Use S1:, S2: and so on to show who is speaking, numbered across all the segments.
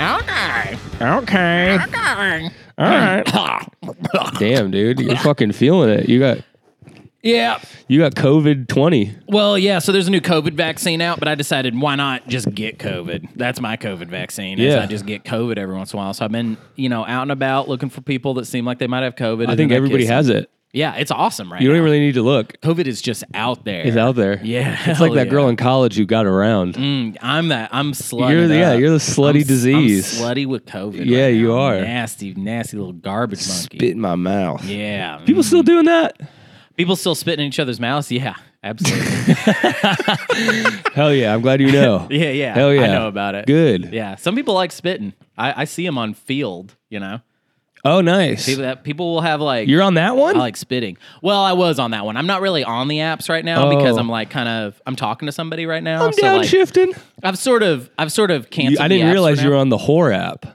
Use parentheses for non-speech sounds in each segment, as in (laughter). S1: Okay.
S2: Okay.
S1: Okay.
S2: All right. Damn, dude, you're fucking feeling it. You got
S1: (laughs) Yeah.
S2: you got COVID twenty.
S1: Well, yeah. So there's a new COVID vaccine out, but I decided why not just get COVID? That's my COVID vaccine. Is
S2: Yeah.
S1: I just get COVID every once in a while. So I've been, you know, out and about looking for people that seem like they might have COVID.
S2: I think everybody has it.
S1: Yeah, it's awesome, right?
S2: You don't
S1: now.
S2: even really need to look.
S1: COVID is just out there.
S2: It's out there.
S1: Yeah,
S2: It's like
S1: hell
S2: that
S1: yeah.
S2: girl in college who got around.
S1: Mm, I'm that. I'm slutty.
S2: You're the-
S1: it
S2: yeah,
S1: up.
S2: you're the slutty
S1: I'm s- I'm
S2: disease.
S1: slutty with COVID.
S2: Yeah,
S1: right
S2: you
S1: now.
S2: are.
S1: Nasty, nasty little garbage monkey.
S2: Spit in my mouth.
S1: Yeah. mm.
S2: People still doing that?
S1: people still spitting in each other's mouths. Yeah,
S2: (laughs)
S1: absolutely.
S2: Hell yeah! I'm glad you know.
S1: (laughs) yeah, yeah.
S2: Hell yeah.
S1: I know about it.
S2: Good.
S1: Yeah. Some people like spitting. I, I see them on field. You know,
S2: Oh, nice.
S1: people, that, people will have like.
S2: You're on that one.
S1: I like spitting. Well, I was on that one. I'm not really on the apps right now because
S2: Oh.
S1: I'm like kind of I'm talking to somebody right now.
S2: I'm
S1: so like,
S2: downshifting.
S1: I've sort of I've sort of
S2: You-
S1: canceled.
S2: I
S1: the
S2: didn't
S1: apps
S2: realize
S1: for
S2: you
S1: now.
S2: were on the whore app.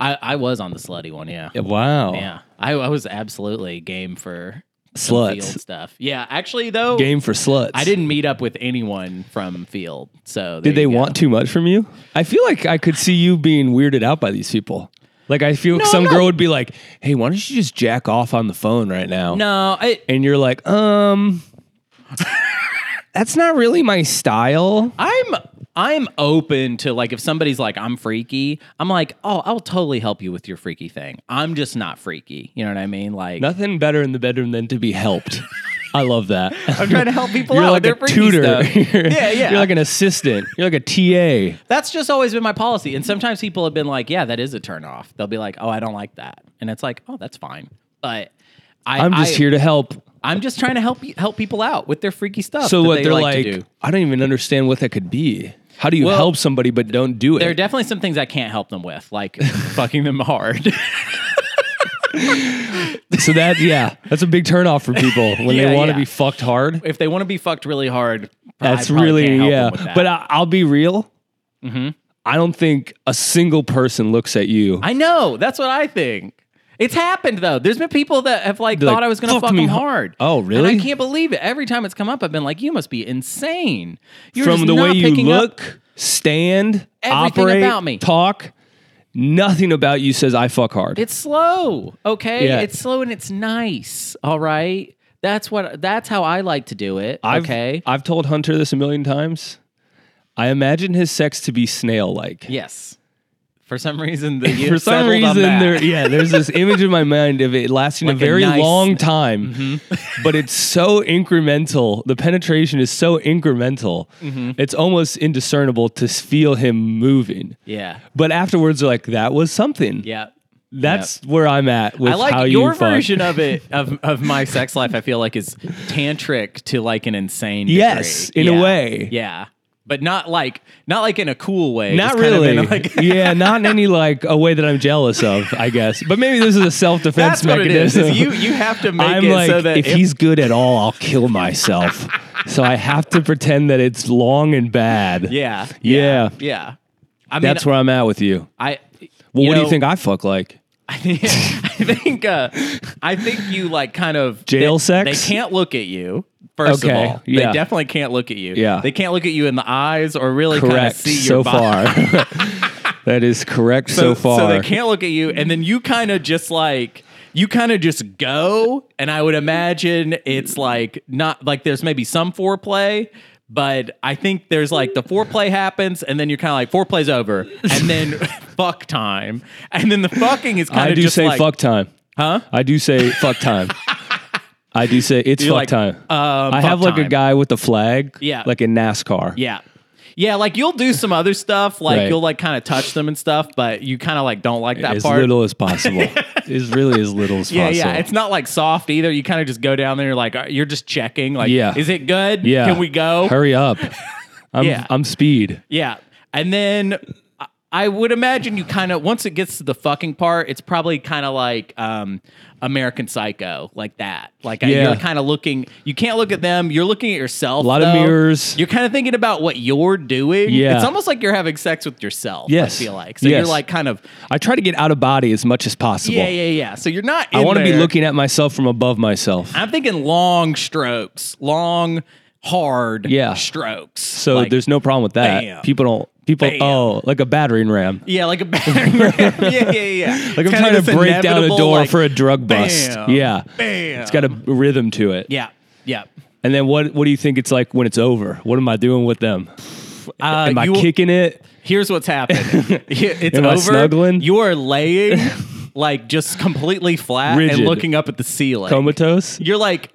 S1: I, I was on the slutty one, yeah.
S2: Yeah, Wow.
S1: Yeah. I, I was absolutely game for some field
S2: Sluts.
S1: stuff. Yeah, actually though
S2: Game for sluts.
S1: I didn't meet up with anyone from field. So
S2: Did they want too much from you? I feel like I could see you being weirded out by these people. Like I feel some
S1: no.
S2: girl would be like, "Hey, why don't you just jack off on the phone right now?"
S1: No, I
S2: And you're
S1: (laughs)
S2: like, "Um, that's not really my style."
S1: I'm I'm open to like if somebody's like I'm freaky, I'm like, "Oh, I'll totally help you with your freaky thing. I'm just not freaky." You know what I mean? Like
S2: Nothing better in the bedroom than to
S1: (laughs)
S2: be helped. I love that.
S1: I'm trying to
S2: (laughs)
S1: help people
S2: You're
S1: out
S2: like
S1: with their
S2: a
S1: freaky
S2: tutor. (laughs)
S1: stuff.
S2: You're-
S1: yeah, yeah.
S2: You're like an assistant. You're like a TA.
S1: That's just always been my policy. And sometimes people have been like, yeah, that is a turnoff. They'll be like, oh, I don't like that. And it's like, oh, that's fine. But I,
S2: I'm just
S1: I-
S2: here to help.
S1: I'm just trying to help you, help people out with their freaky stuff.
S2: So
S1: that
S2: what
S1: they
S2: they're
S1: like,
S2: like,
S1: to do.
S2: I don't even understand what that could be. How do you
S1: Well,
S2: help somebody but don't do it?
S1: There are definitely some things I can't help them with,
S2: (laughs)
S1: like fucking them hard. (laughs)
S2: So that yeah, that's a big turnoff for people when
S1: Yeah,
S2: they want to
S1: yeah.
S2: be fucked hard.
S1: if they want to be fucked really hard, I
S2: That's
S1: probably
S2: really
S1: can't help
S2: yeah.
S1: them with that. Mm-hmm.
S2: But I, I'll be real. I don't think a single person looks at you.
S1: I know that's what I think. It's happened though. There's been people that have like
S2: like,
S1: thought I was gonna
S2: "Fuck
S1: fuck,
S2: me
S1: them
S2: har-
S1: hard.
S2: Oh,
S1: And I
S2: really?
S1: can't believe it. Every time it's come up, I've been like, "You must be insane." You're
S2: From
S1: just
S2: the
S1: not
S2: way you
S1: picking up
S2: look, stand,
S1: everything
S2: operate,
S1: about me.
S2: talk, nothing about you says I fuck hard.
S1: It's slow, okay?
S2: Yeah.
S1: It's slow and it's nice, all right? That's what that's how I like to do it,
S2: I've,
S1: okay?
S2: I've told Hunter this a million times. I imagine his sex to be snail-like.
S1: yes. For some reason the
S2: (laughs) for some reason there yeah there's
S1: (laughs)
S2: this image in my mind of it lasting a
S1: Like a
S2: very
S1: nice- Mm-hmm.
S2: long time but it's so incremental the penetration is so incremental
S1: Mm-hmm.
S2: it's almost indiscernible to s- feel him moving
S1: Yeah.
S2: but afterwards they're like that was something
S1: Yeah.
S2: that's where i'm at with
S1: I
S2: how
S1: like
S2: you
S1: your
S2: fuck.
S1: version of it of, of my sex life I feel like is tantric to like an insane degree.
S2: Yes, in a
S1: Yeah.
S2: way.
S1: Yeah. But not like not like in a cool way.
S2: not
S1: Just kind of
S2: really
S1: in a,
S2: (laughs)
S1: like
S2: yeah not in any like a way that i'm jealous of i guess but maybe this is a
S1: (laughs)
S2: self-defense
S1: that's what it is.
S2: mechanism
S1: is you you have to make
S2: I'm
S1: it
S2: like,
S1: so that
S2: if, he's good at all, I'll kill myself. (laughs) so I have to pretend that it's long and bad.
S1: yeah.
S2: Yeah.
S1: Yeah. I mean
S2: That's where I'm at with you.
S1: I
S2: Well, what do you
S1: know,
S2: think I fuck like?
S1: (laughs) I think I think uh, I think you like kind of
S2: Jail
S1: they,
S2: sex?
S1: They can't look at you. First
S2: Okay,
S1: of all,
S2: yeah.
S1: they definitely can't look at you.
S2: Yeah.
S1: they can't look at you in the eyes or really kind of
S2: Correct
S1: see
S2: so
S1: your body.
S2: far.
S1: (laughs)
S2: (laughs) that is correct so, far.
S1: so they can't look at you, and then you kind of just like you kind of just go. And I would imagine it's like not like there's maybe some foreplay. But I think there's like the foreplay happens, and then you're kind of like foreplay's over, and
S2: (laughs)
S1: then fuck time, and then the fucking is kind
S2: I
S1: of
S2: do
S1: just
S2: say
S1: like,
S2: fuck time. Huh? I do say fuck
S1: (laughs)
S2: time. I do say it's
S1: You're
S2: fuck
S1: like,
S2: time.
S1: um,
S2: I
S1: fuck
S2: have like a
S1: time.
S2: guy with a flag.
S1: Yeah.
S2: Like in NASCAR.
S1: Yeah. Yeah, like you'll do some other stuff, like
S2: Right.
S1: you'll like kind of touch them and stuff, but you kind of like don't like that
S2: As
S1: part.
S2: little
S1: (laughs)
S2: as possible. It's really as little as
S1: yeah,
S2: possible.
S1: yeah, it's not like soft either. You kind of just go down there, you're like uh, you're just checking, like,
S2: Yeah.
S1: is it good?
S2: Yeah.
S1: can we go? (laughs)
S2: Hurry up. I'm,
S1: Yeah.
S2: I'm speed.
S1: Yeah, and then I- I would imagine you kind of once it gets to the fucking part, it's probably kind of like um, American Psycho, like that. Like uh,
S2: Yeah.
S1: you're kind of looking, you can't look at them, you're looking at yourself.
S2: A lot of
S1: though.
S2: mirrors.
S1: You're kind of thinking about what you're doing.
S2: Yeah.
S1: it's almost like you're having sex with yourself.
S2: Yes.
S1: I feel like so
S2: Yes.
S1: you're like kind of
S2: I try to get out of body as much as possible.
S1: yeah, yeah, yeah. So you're not.
S2: I
S1: in
S2: want to be
S1: there.
S2: looking at myself from above myself.
S1: I'm thinking long strokes, long, hard
S2: Yeah.
S1: strokes.
S2: So
S1: Like,
S2: there's no problem with that.
S1: Bam.
S2: People don't People,
S1: Bam.
S2: oh, like a battering ram.
S1: Yeah,
S2: (laughs)
S1: like a battering ram. yeah, yeah, yeah.
S2: Like
S1: It's
S2: I'm
S1: kinda
S2: trying to
S1: this
S2: break down a
S1: inevitable,
S2: door
S1: like,
S2: for a drug bust.
S1: bam,
S2: yeah,
S1: bam.
S2: it's got a rhythm to it.
S1: Yeah, yeah.
S2: And then what? What do you think it's like when it's over? What am I doing with them?
S1: Uh,
S2: am I
S1: you-
S2: kicking it?
S1: Here's what's
S2: (laughs)
S1: happening. It's
S2: Am I
S1: over.
S2: snuggling?
S1: You are laying like just completely flat
S2: Rigid.
S1: and looking up at the ceiling.
S2: Comatose?
S1: you're like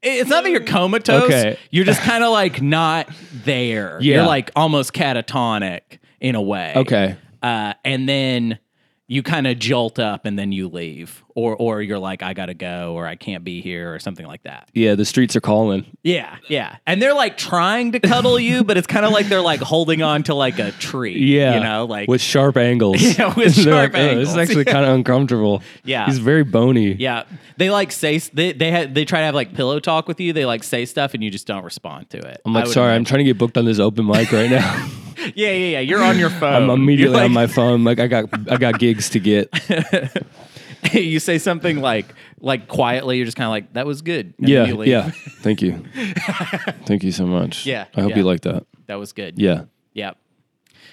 S1: it's not that you're comatose.
S2: Okay.
S1: You're just kind of like not there.
S2: Yeah.
S1: You're like almost catatonic in a way.
S2: Okay.
S1: Uh, and then you kind of jolt up and then you leave. Or or you're like, I gotta go or I can't be here or something like that.
S2: Yeah, the streets are calling.
S1: Yeah, yeah. And they're like trying to cuddle you, but it's kind of like they're like holding on to like a tree.
S2: Yeah,
S1: You know, like
S2: with sharp angles.
S1: (laughs) Yeah, with
S2: (laughs) They're
S1: sharp
S2: "Oh, This
S1: angles."
S2: is actually
S1: (laughs)
S2: kind of uncomfortable.
S1: Yeah.
S2: he's very bony.
S1: Yeah, they like say s- they they ha- they try to have like pillow talk with you. They like say stuff and you just don't respond to it.
S2: I'm like, sorry, I'm trying to get booked on this open mic
S1: (laughs)
S2: right now.
S1: I'm yeah, yeah, yeah. You're on your phone. (laughs)
S2: (laughs) I'm immediately
S1: You're
S2: on my
S1: like-
S2: phone. Like, I got, I got gigs to
S1: (laughs)
S2: get.
S1: you say something like like quietly. You're just kind of like that was good. and then
S2: Yeah,
S1: you leave. (laughs)
S2: yeah. Thank you, thank you so much.
S1: Yeah,
S2: I hope
S1: yeah.
S2: you like that.
S1: that was good.
S2: Yeah,
S1: yeah,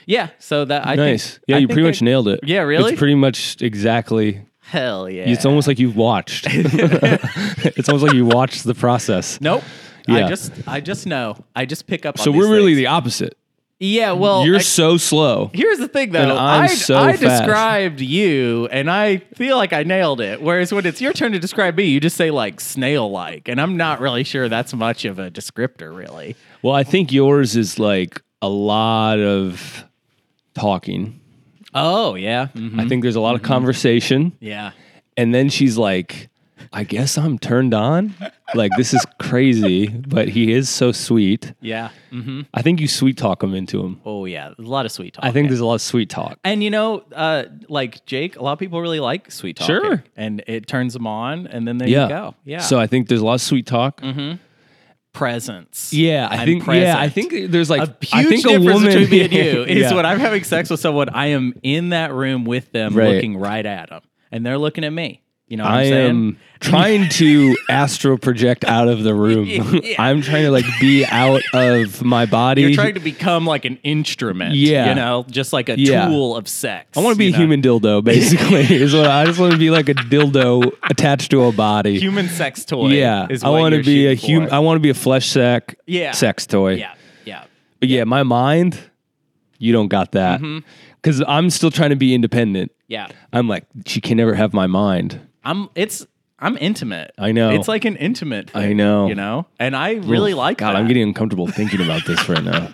S1: yeah. So that I
S2: nice.
S1: Think,
S2: yeah,
S1: I
S2: you
S1: think
S2: pretty much
S1: I-
S2: nailed it.
S1: Yeah, really?
S2: It's pretty much exactly.
S1: Hell yeah.
S2: It's almost like
S1: (laughs)
S2: you've watched. (laughs) it's almost like you watched the process.
S1: nope.
S2: Yeah.
S1: I just I just know. I just pick up.
S2: So
S1: on
S2: we're
S1: these
S2: really
S1: things. Oh,
S2: the opposite.
S1: yeah. Well,
S2: You're
S1: I-
S2: so slow.
S1: Here's the thing,
S2: And
S1: though.
S2: I'm
S1: I,
S2: so
S1: I
S2: fast.
S1: described you, and I feel like I nailed it. Whereas when it's your turn to describe me, you just say like snail-like, and I'm not really sure that's much of a descriptor, really.
S2: Well, I think yours is like a lot of talking.
S1: Oh yeah, Mhm.
S2: I think there's a lot of conversation.
S1: yeah,
S2: And then she's like, I guess I'm turned on. Like, this is crazy, but he is so sweet.
S1: yeah. hmm
S2: I think you sweet talk him into him.
S1: Oh yeah, a lot of sweet talk.
S2: I think there's a lot of sweet talk.
S1: and you know, uh, like Jake, a lot of people really like sweet talk.
S2: Sure.
S1: and it turns them on, and then there
S2: Yeah.
S1: you go. Yeah,
S2: So I think there's a lot of sweet talk.
S1: presence.
S2: Yeah. I
S1: I'm
S2: think, yeah, I
S1: present.
S2: think there's like,
S1: a huge
S2: I think
S1: difference
S2: a woman,
S1: between
S2: (laughs)
S1: me and you is
S2: Yeah.
S1: when I'm having sex with someone, I am in that room with them,
S2: Right.
S1: looking right at them, and they're looking at me. You know what I
S2: I
S1: am saying?
S2: am trying
S1: (laughs)
S2: to astral project out of the room.
S1: Yeah.
S2: (laughs) I'm trying to like be out of my body.
S1: You're trying to become like an instrument,
S2: Yeah.
S1: you know, just like a
S2: Yeah.
S1: tool of sex.
S2: I want to be a
S1: you know?
S2: human dildo, basically. (laughs) is what I just want to be like a dildo attached to a body.
S1: human sex toy.
S2: yeah,
S1: is
S2: I
S1: want to
S2: be a human. I want to be a flesh sack.
S1: Yeah.
S2: sex toy.
S1: Yeah, yeah,
S2: but yeah, my mind. You don't got that
S1: Mm-hmm.
S2: because I'm still trying to be independent.
S1: yeah.
S2: I'm like, she can never have my mind.
S1: I'm it's I'm intimate.
S2: I know.
S1: it's like an intimate. Thing,
S2: I know.
S1: you know, and I really
S2: Ugh,
S1: like
S2: God,
S1: that.
S2: I'm getting uncomfortable thinking about this
S1: (laughs)
S2: right now.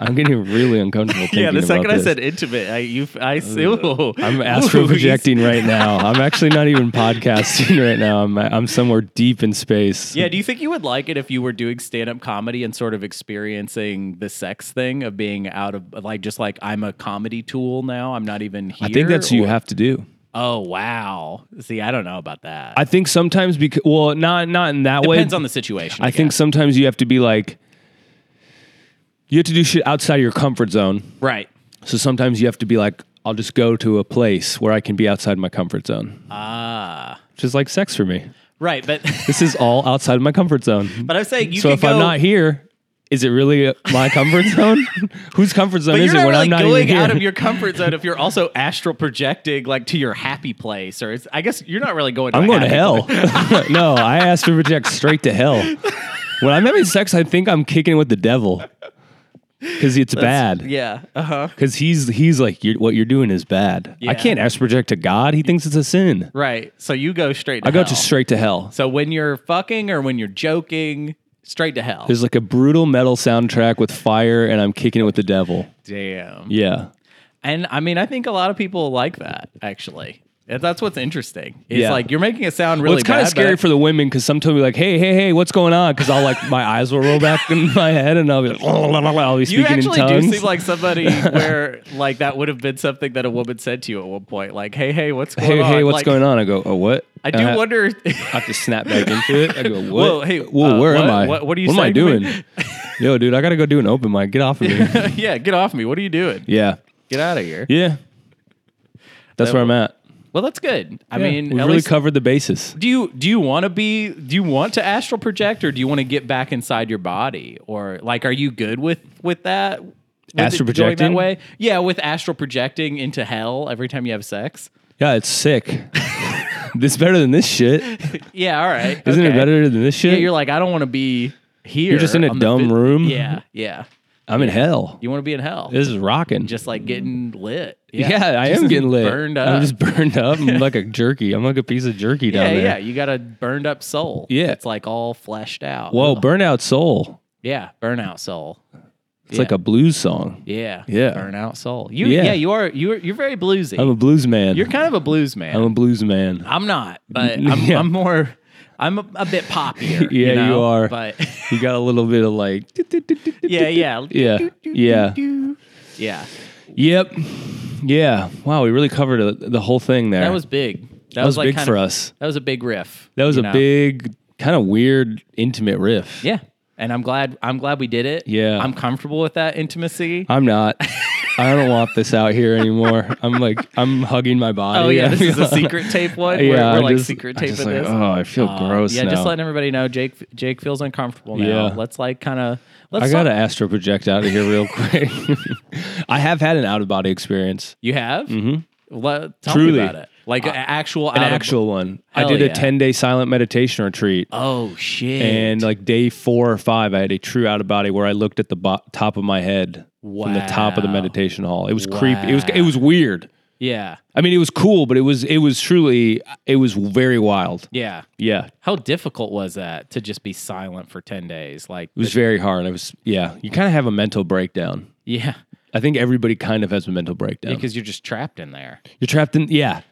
S2: I'm getting really uncomfortable. Thinking
S1: yeah. The second
S2: about
S1: I
S2: this. Uh,
S1: said intimate, I you I ooh,
S2: I'm
S1: Ooh,
S2: astral
S1: he's-
S2: projecting right now. I'm actually not even podcasting right now. I'm I'm somewhere deep in
S1: (laughs)
S2: space.
S1: Yeah, do you think you would like it if you were doing stand up comedy and sort of experiencing the sex thing of being out of like just like I'm a comedy tool now. I'm not even here.
S2: I think that's what you
S1: or-
S2: have to do.
S1: Oh wow. See, I don't know about that.
S2: I think sometimes because well, not not in that
S1: Depends
S2: way.
S1: on the situation.
S2: I think
S1: guess.
S2: sometimes you have to be like you have to do shit outside of your comfort zone.
S1: right.
S2: So sometimes you have to be like, I'll just go to a place where I can be outside my comfort zone. Ah. Which is like sex for me.
S1: Right, but (laughs)
S2: This is all outside of my comfort zone.
S1: but I'm
S2: (laughs)
S1: saying you
S2: so
S1: could
S2: if
S1: go,
S2: I'm not here, is it really uh,
S1: (laughs)
S2: my comfort zone? Whose comfort zone
S1: but
S2: is
S1: you're
S2: it
S1: not
S2: when
S1: really
S2: I'm not even
S1: going
S2: here?
S1: out of your comfort zone if you're also astral projecting like to your happy place or it's, I guess you're not really going to
S2: I'm
S1: a
S2: going to
S1: happy
S2: hell. (laughs) no, I asked to reject straight
S1: (laughs)
S2: to hell. When I'm having sex, I think I'm kicking it with the devil because it's
S1: place.
S2: bad.
S1: Yeah. Uh-huh.
S2: Because he's he's like, you're, what you're doing is bad. I
S1: Yeah.
S2: can't ask to project to God. He thinks it's a sin.
S1: Right. So you go straight to
S2: I go to
S1: hell.
S2: straight to hell.
S1: So when you're fucking or when you're joking, straight to hell.
S2: There's like a brutal metal soundtrack with fire, and I'm kicking it with the devil.
S1: Damn.
S2: Yeah.
S1: And I mean, I think a lot of people like that actually. And That's what's interesting. It's
S2: Yeah.
S1: like you're making it sound really
S2: Well, it's kind
S1: bad,
S2: of scary
S1: but-
S2: for the women because sometimes we're like, hey, hey, hey, what's going on? Because I'll like, my eyes will roll back in my head and I'll be like, (laughs) I'll be
S1: you
S2: speaking in
S1: actually do
S2: tongues.
S1: seem like
S2: (laughs)
S1: somebody where like that would have been something that a woman said to you at one point, like, "Hey, hey, what's going
S2: hey,
S1: on?"
S2: hey, what's
S1: Like,
S2: going on? I go, oh, what?
S1: I do
S2: And (laughs)
S1: wonder.
S2: I have to snap back into it. I
S1: (laughs)
S2: go, what?
S1: Whoa, hey,
S2: Whoa,
S1: uh,
S2: where am
S1: what-
S2: I?
S1: what- what are you
S2: What am I
S1: saying to me? (laughs)
S2: doing? Yo, dude, I gotta go do an open mic. Get off of me.
S1: yeah, get off me! What are you doing?
S2: yeah,
S1: Get out of here!
S2: yeah. That's where I'm at.
S1: Well, that's good. I
S2: Yeah,
S1: mean,
S2: we
S1: at
S2: really
S1: least-
S2: covered the bases.
S1: do you do you want to be do you want to astral project or do you want to get back inside your body or like are you good with with that
S2: Astral
S1: it going
S2: projecting?
S1: that way. Yeah, with astral projecting into hell every time you have sex.
S2: Yeah,
S1: (laughs)
S2: it's sick. this is better than this shit. Isn't
S1: Yeah, all right.
S2: it
S1: okay.
S2: better than this shit?
S1: Yeah, you're like, I don't want to be here.
S2: You're just in a
S1: on the
S2: dumb room?
S1: Yeah, yeah.
S2: I'm in hell.
S1: You want to be in hell.
S2: This is rocking.
S1: just like getting lit.
S2: yeah, I am
S1: Just
S2: getting lit.
S1: Burned up.
S2: I'm just burned up. I'm like a jerky. I'm like a piece of jerky
S1: yeah,
S2: down there.
S1: yeah. You got a burned up soul.
S2: Yeah.
S1: It's like all fleshed out.
S2: Whoa,
S1: Ugh.
S2: burnout soul.
S1: yeah, burnout soul.
S2: It's like a blues song.
S1: Yeah.
S2: Yeah.
S1: Burnout soul. You
S2: Yeah.
S1: yeah, you are you're you're very bluesy.
S2: I'm a blues man.
S1: you're kind of a blues man.
S2: I'm a blues man.
S1: I'm not,
S2: (laughs)
S1: but I'm,
S2: Yeah.
S1: I'm more. I'm a, a bit poppier.
S2: (laughs) Yeah, you
S1: know?
S2: are.
S1: But (laughs)
S2: You got a little bit of like.
S1: yeah, yeah,
S2: Yeah. Yeah.
S1: yeah.
S2: Yep. Yeah. Wow, we really covered uh the whole thing there.
S1: That was big. That,
S2: was
S1: like
S2: big
S1: kind
S2: for
S1: of-
S2: us.
S1: That was a big riff.
S2: That was
S1: you
S2: a
S1: know?
S2: big, kind of weird, intimate riff.
S1: Yeah, and I'm glad. I'm glad we did it.
S2: Yeah. Uh,
S1: I'm comfortable with that intimacy. (laughs)
S2: I'm not. I don't want this out here anymore. I'm like, I'm hugging my body.
S1: oh
S2: (laughs)
S1: yeah, this is a secret tape one. We're,
S2: Yeah,
S1: we're
S2: I'm
S1: like
S2: just-
S1: secret
S2: I'm
S1: tape
S2: just
S1: of
S2: like,
S1: this.
S2: Oh, I feel gross.
S1: yeah, just
S2: now.
S1: letting everybody know Jake. Jake feels uncomfortable now.
S2: Yeah.
S1: Let's like kind of.
S2: I
S1: Let's.
S2: got to
S1: talk-
S2: astro project out of here real quick. (laughs) I have had an out of body experience,
S1: You have. Mm-hmm. Let, tell
S2: Truly.
S1: me
S2: Uh,
S1: about it. Like an actual.
S2: an actual one. I
S1: Hell
S2: did a
S1: yeah.
S2: 10 day silent meditation retreat.
S1: Oh shit.
S2: and like day four or five, I had a true out of body where I looked at the bo- top of my head from the top of the
S1: Wow.
S2: meditation hall. It was creepy. It was it was weird.
S1: yeah.
S2: I mean, it was cool, but it was it was truly it was very wild.
S1: Yeah.
S2: Yeah, it
S1: How difficult was that to just be silent for 10 days? Like,
S2: was very hard. I was yeah. You kind of have a mental breakdown. (laughs)
S1: yeah,
S2: I think everybody kind of has a mental breakdown.
S1: because you're just trapped in there.
S2: You're trapped in yeah.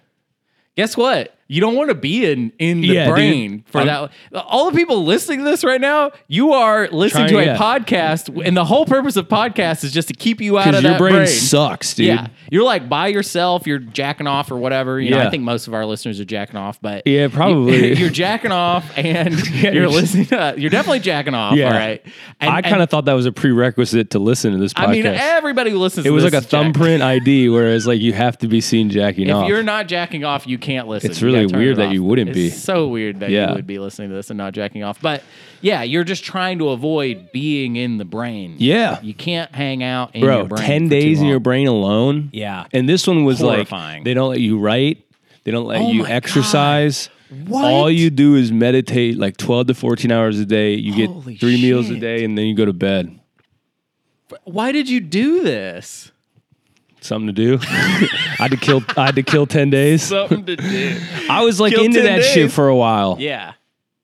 S1: Guess what? You don't want to be in in the
S2: Yeah, dude.
S1: brain for that. All the people listening to this right now, you are listening
S2: Trying-
S1: to a
S2: yeah.
S1: podcast, and the whole purpose of podcasts is just to keep you out of
S2: Because your
S1: that
S2: brain,
S1: brain.
S2: sucks, dude.
S1: Yeah,
S2: Yeah.
S1: you're like by yourself. You're jacking off or whatever. You know,
S2: Yeah.
S1: I think most of our listeners are jacking off, but
S2: Yeah, probably.
S1: (laughs) you're jacking
S2: (laughs)
S1: off and you're,
S2: you're-
S1: listening. To, you're definitely jacking off.
S2: Yeah.
S1: All right, and,
S2: I
S1: and
S2: kind of thought that was a prerequisite to listen to this podcast.
S1: I mean, everybody who listens.
S2: it
S1: to
S2: was
S1: this
S2: like a
S1: is jacked.
S2: thumbprint ID, whereas like you have to be seen jacking
S1: If
S2: off.
S1: you're not jacking off, you can't listen.
S2: It's
S1: You gotta
S2: really
S1: turn
S2: weird
S1: it
S2: that you
S1: off.
S2: wouldn't
S1: It's
S2: be.
S1: So weird that
S2: Yeah.
S1: you would be listening to this and not jacking off. But yeah, you're just trying to avoid being in the brain.
S2: Yeah.
S1: you can't hang out in
S2: Bro,
S1: your brain.
S2: 10
S1: for
S2: days
S1: too
S2: in your
S1: long.
S2: brain alone.
S1: Yeah.
S2: And this one was
S1: Horrifying.
S2: like, they don't let you write, they don't let
S1: Oh
S2: you
S1: my
S2: exercise.
S1: What?
S2: All you do is meditate like 12 to 14 hours a day. You get
S1: Holy
S2: three meals a
S1: shit.
S2: day and then you go to bed.
S1: Why did you do this?
S2: Something to do. (laughs) I had to kill I had to kill 10 days.
S1: Something to do.
S2: I was like
S1: kill
S2: into
S1: 10
S2: that shit
S1: days.
S2: for a while.
S1: yeah.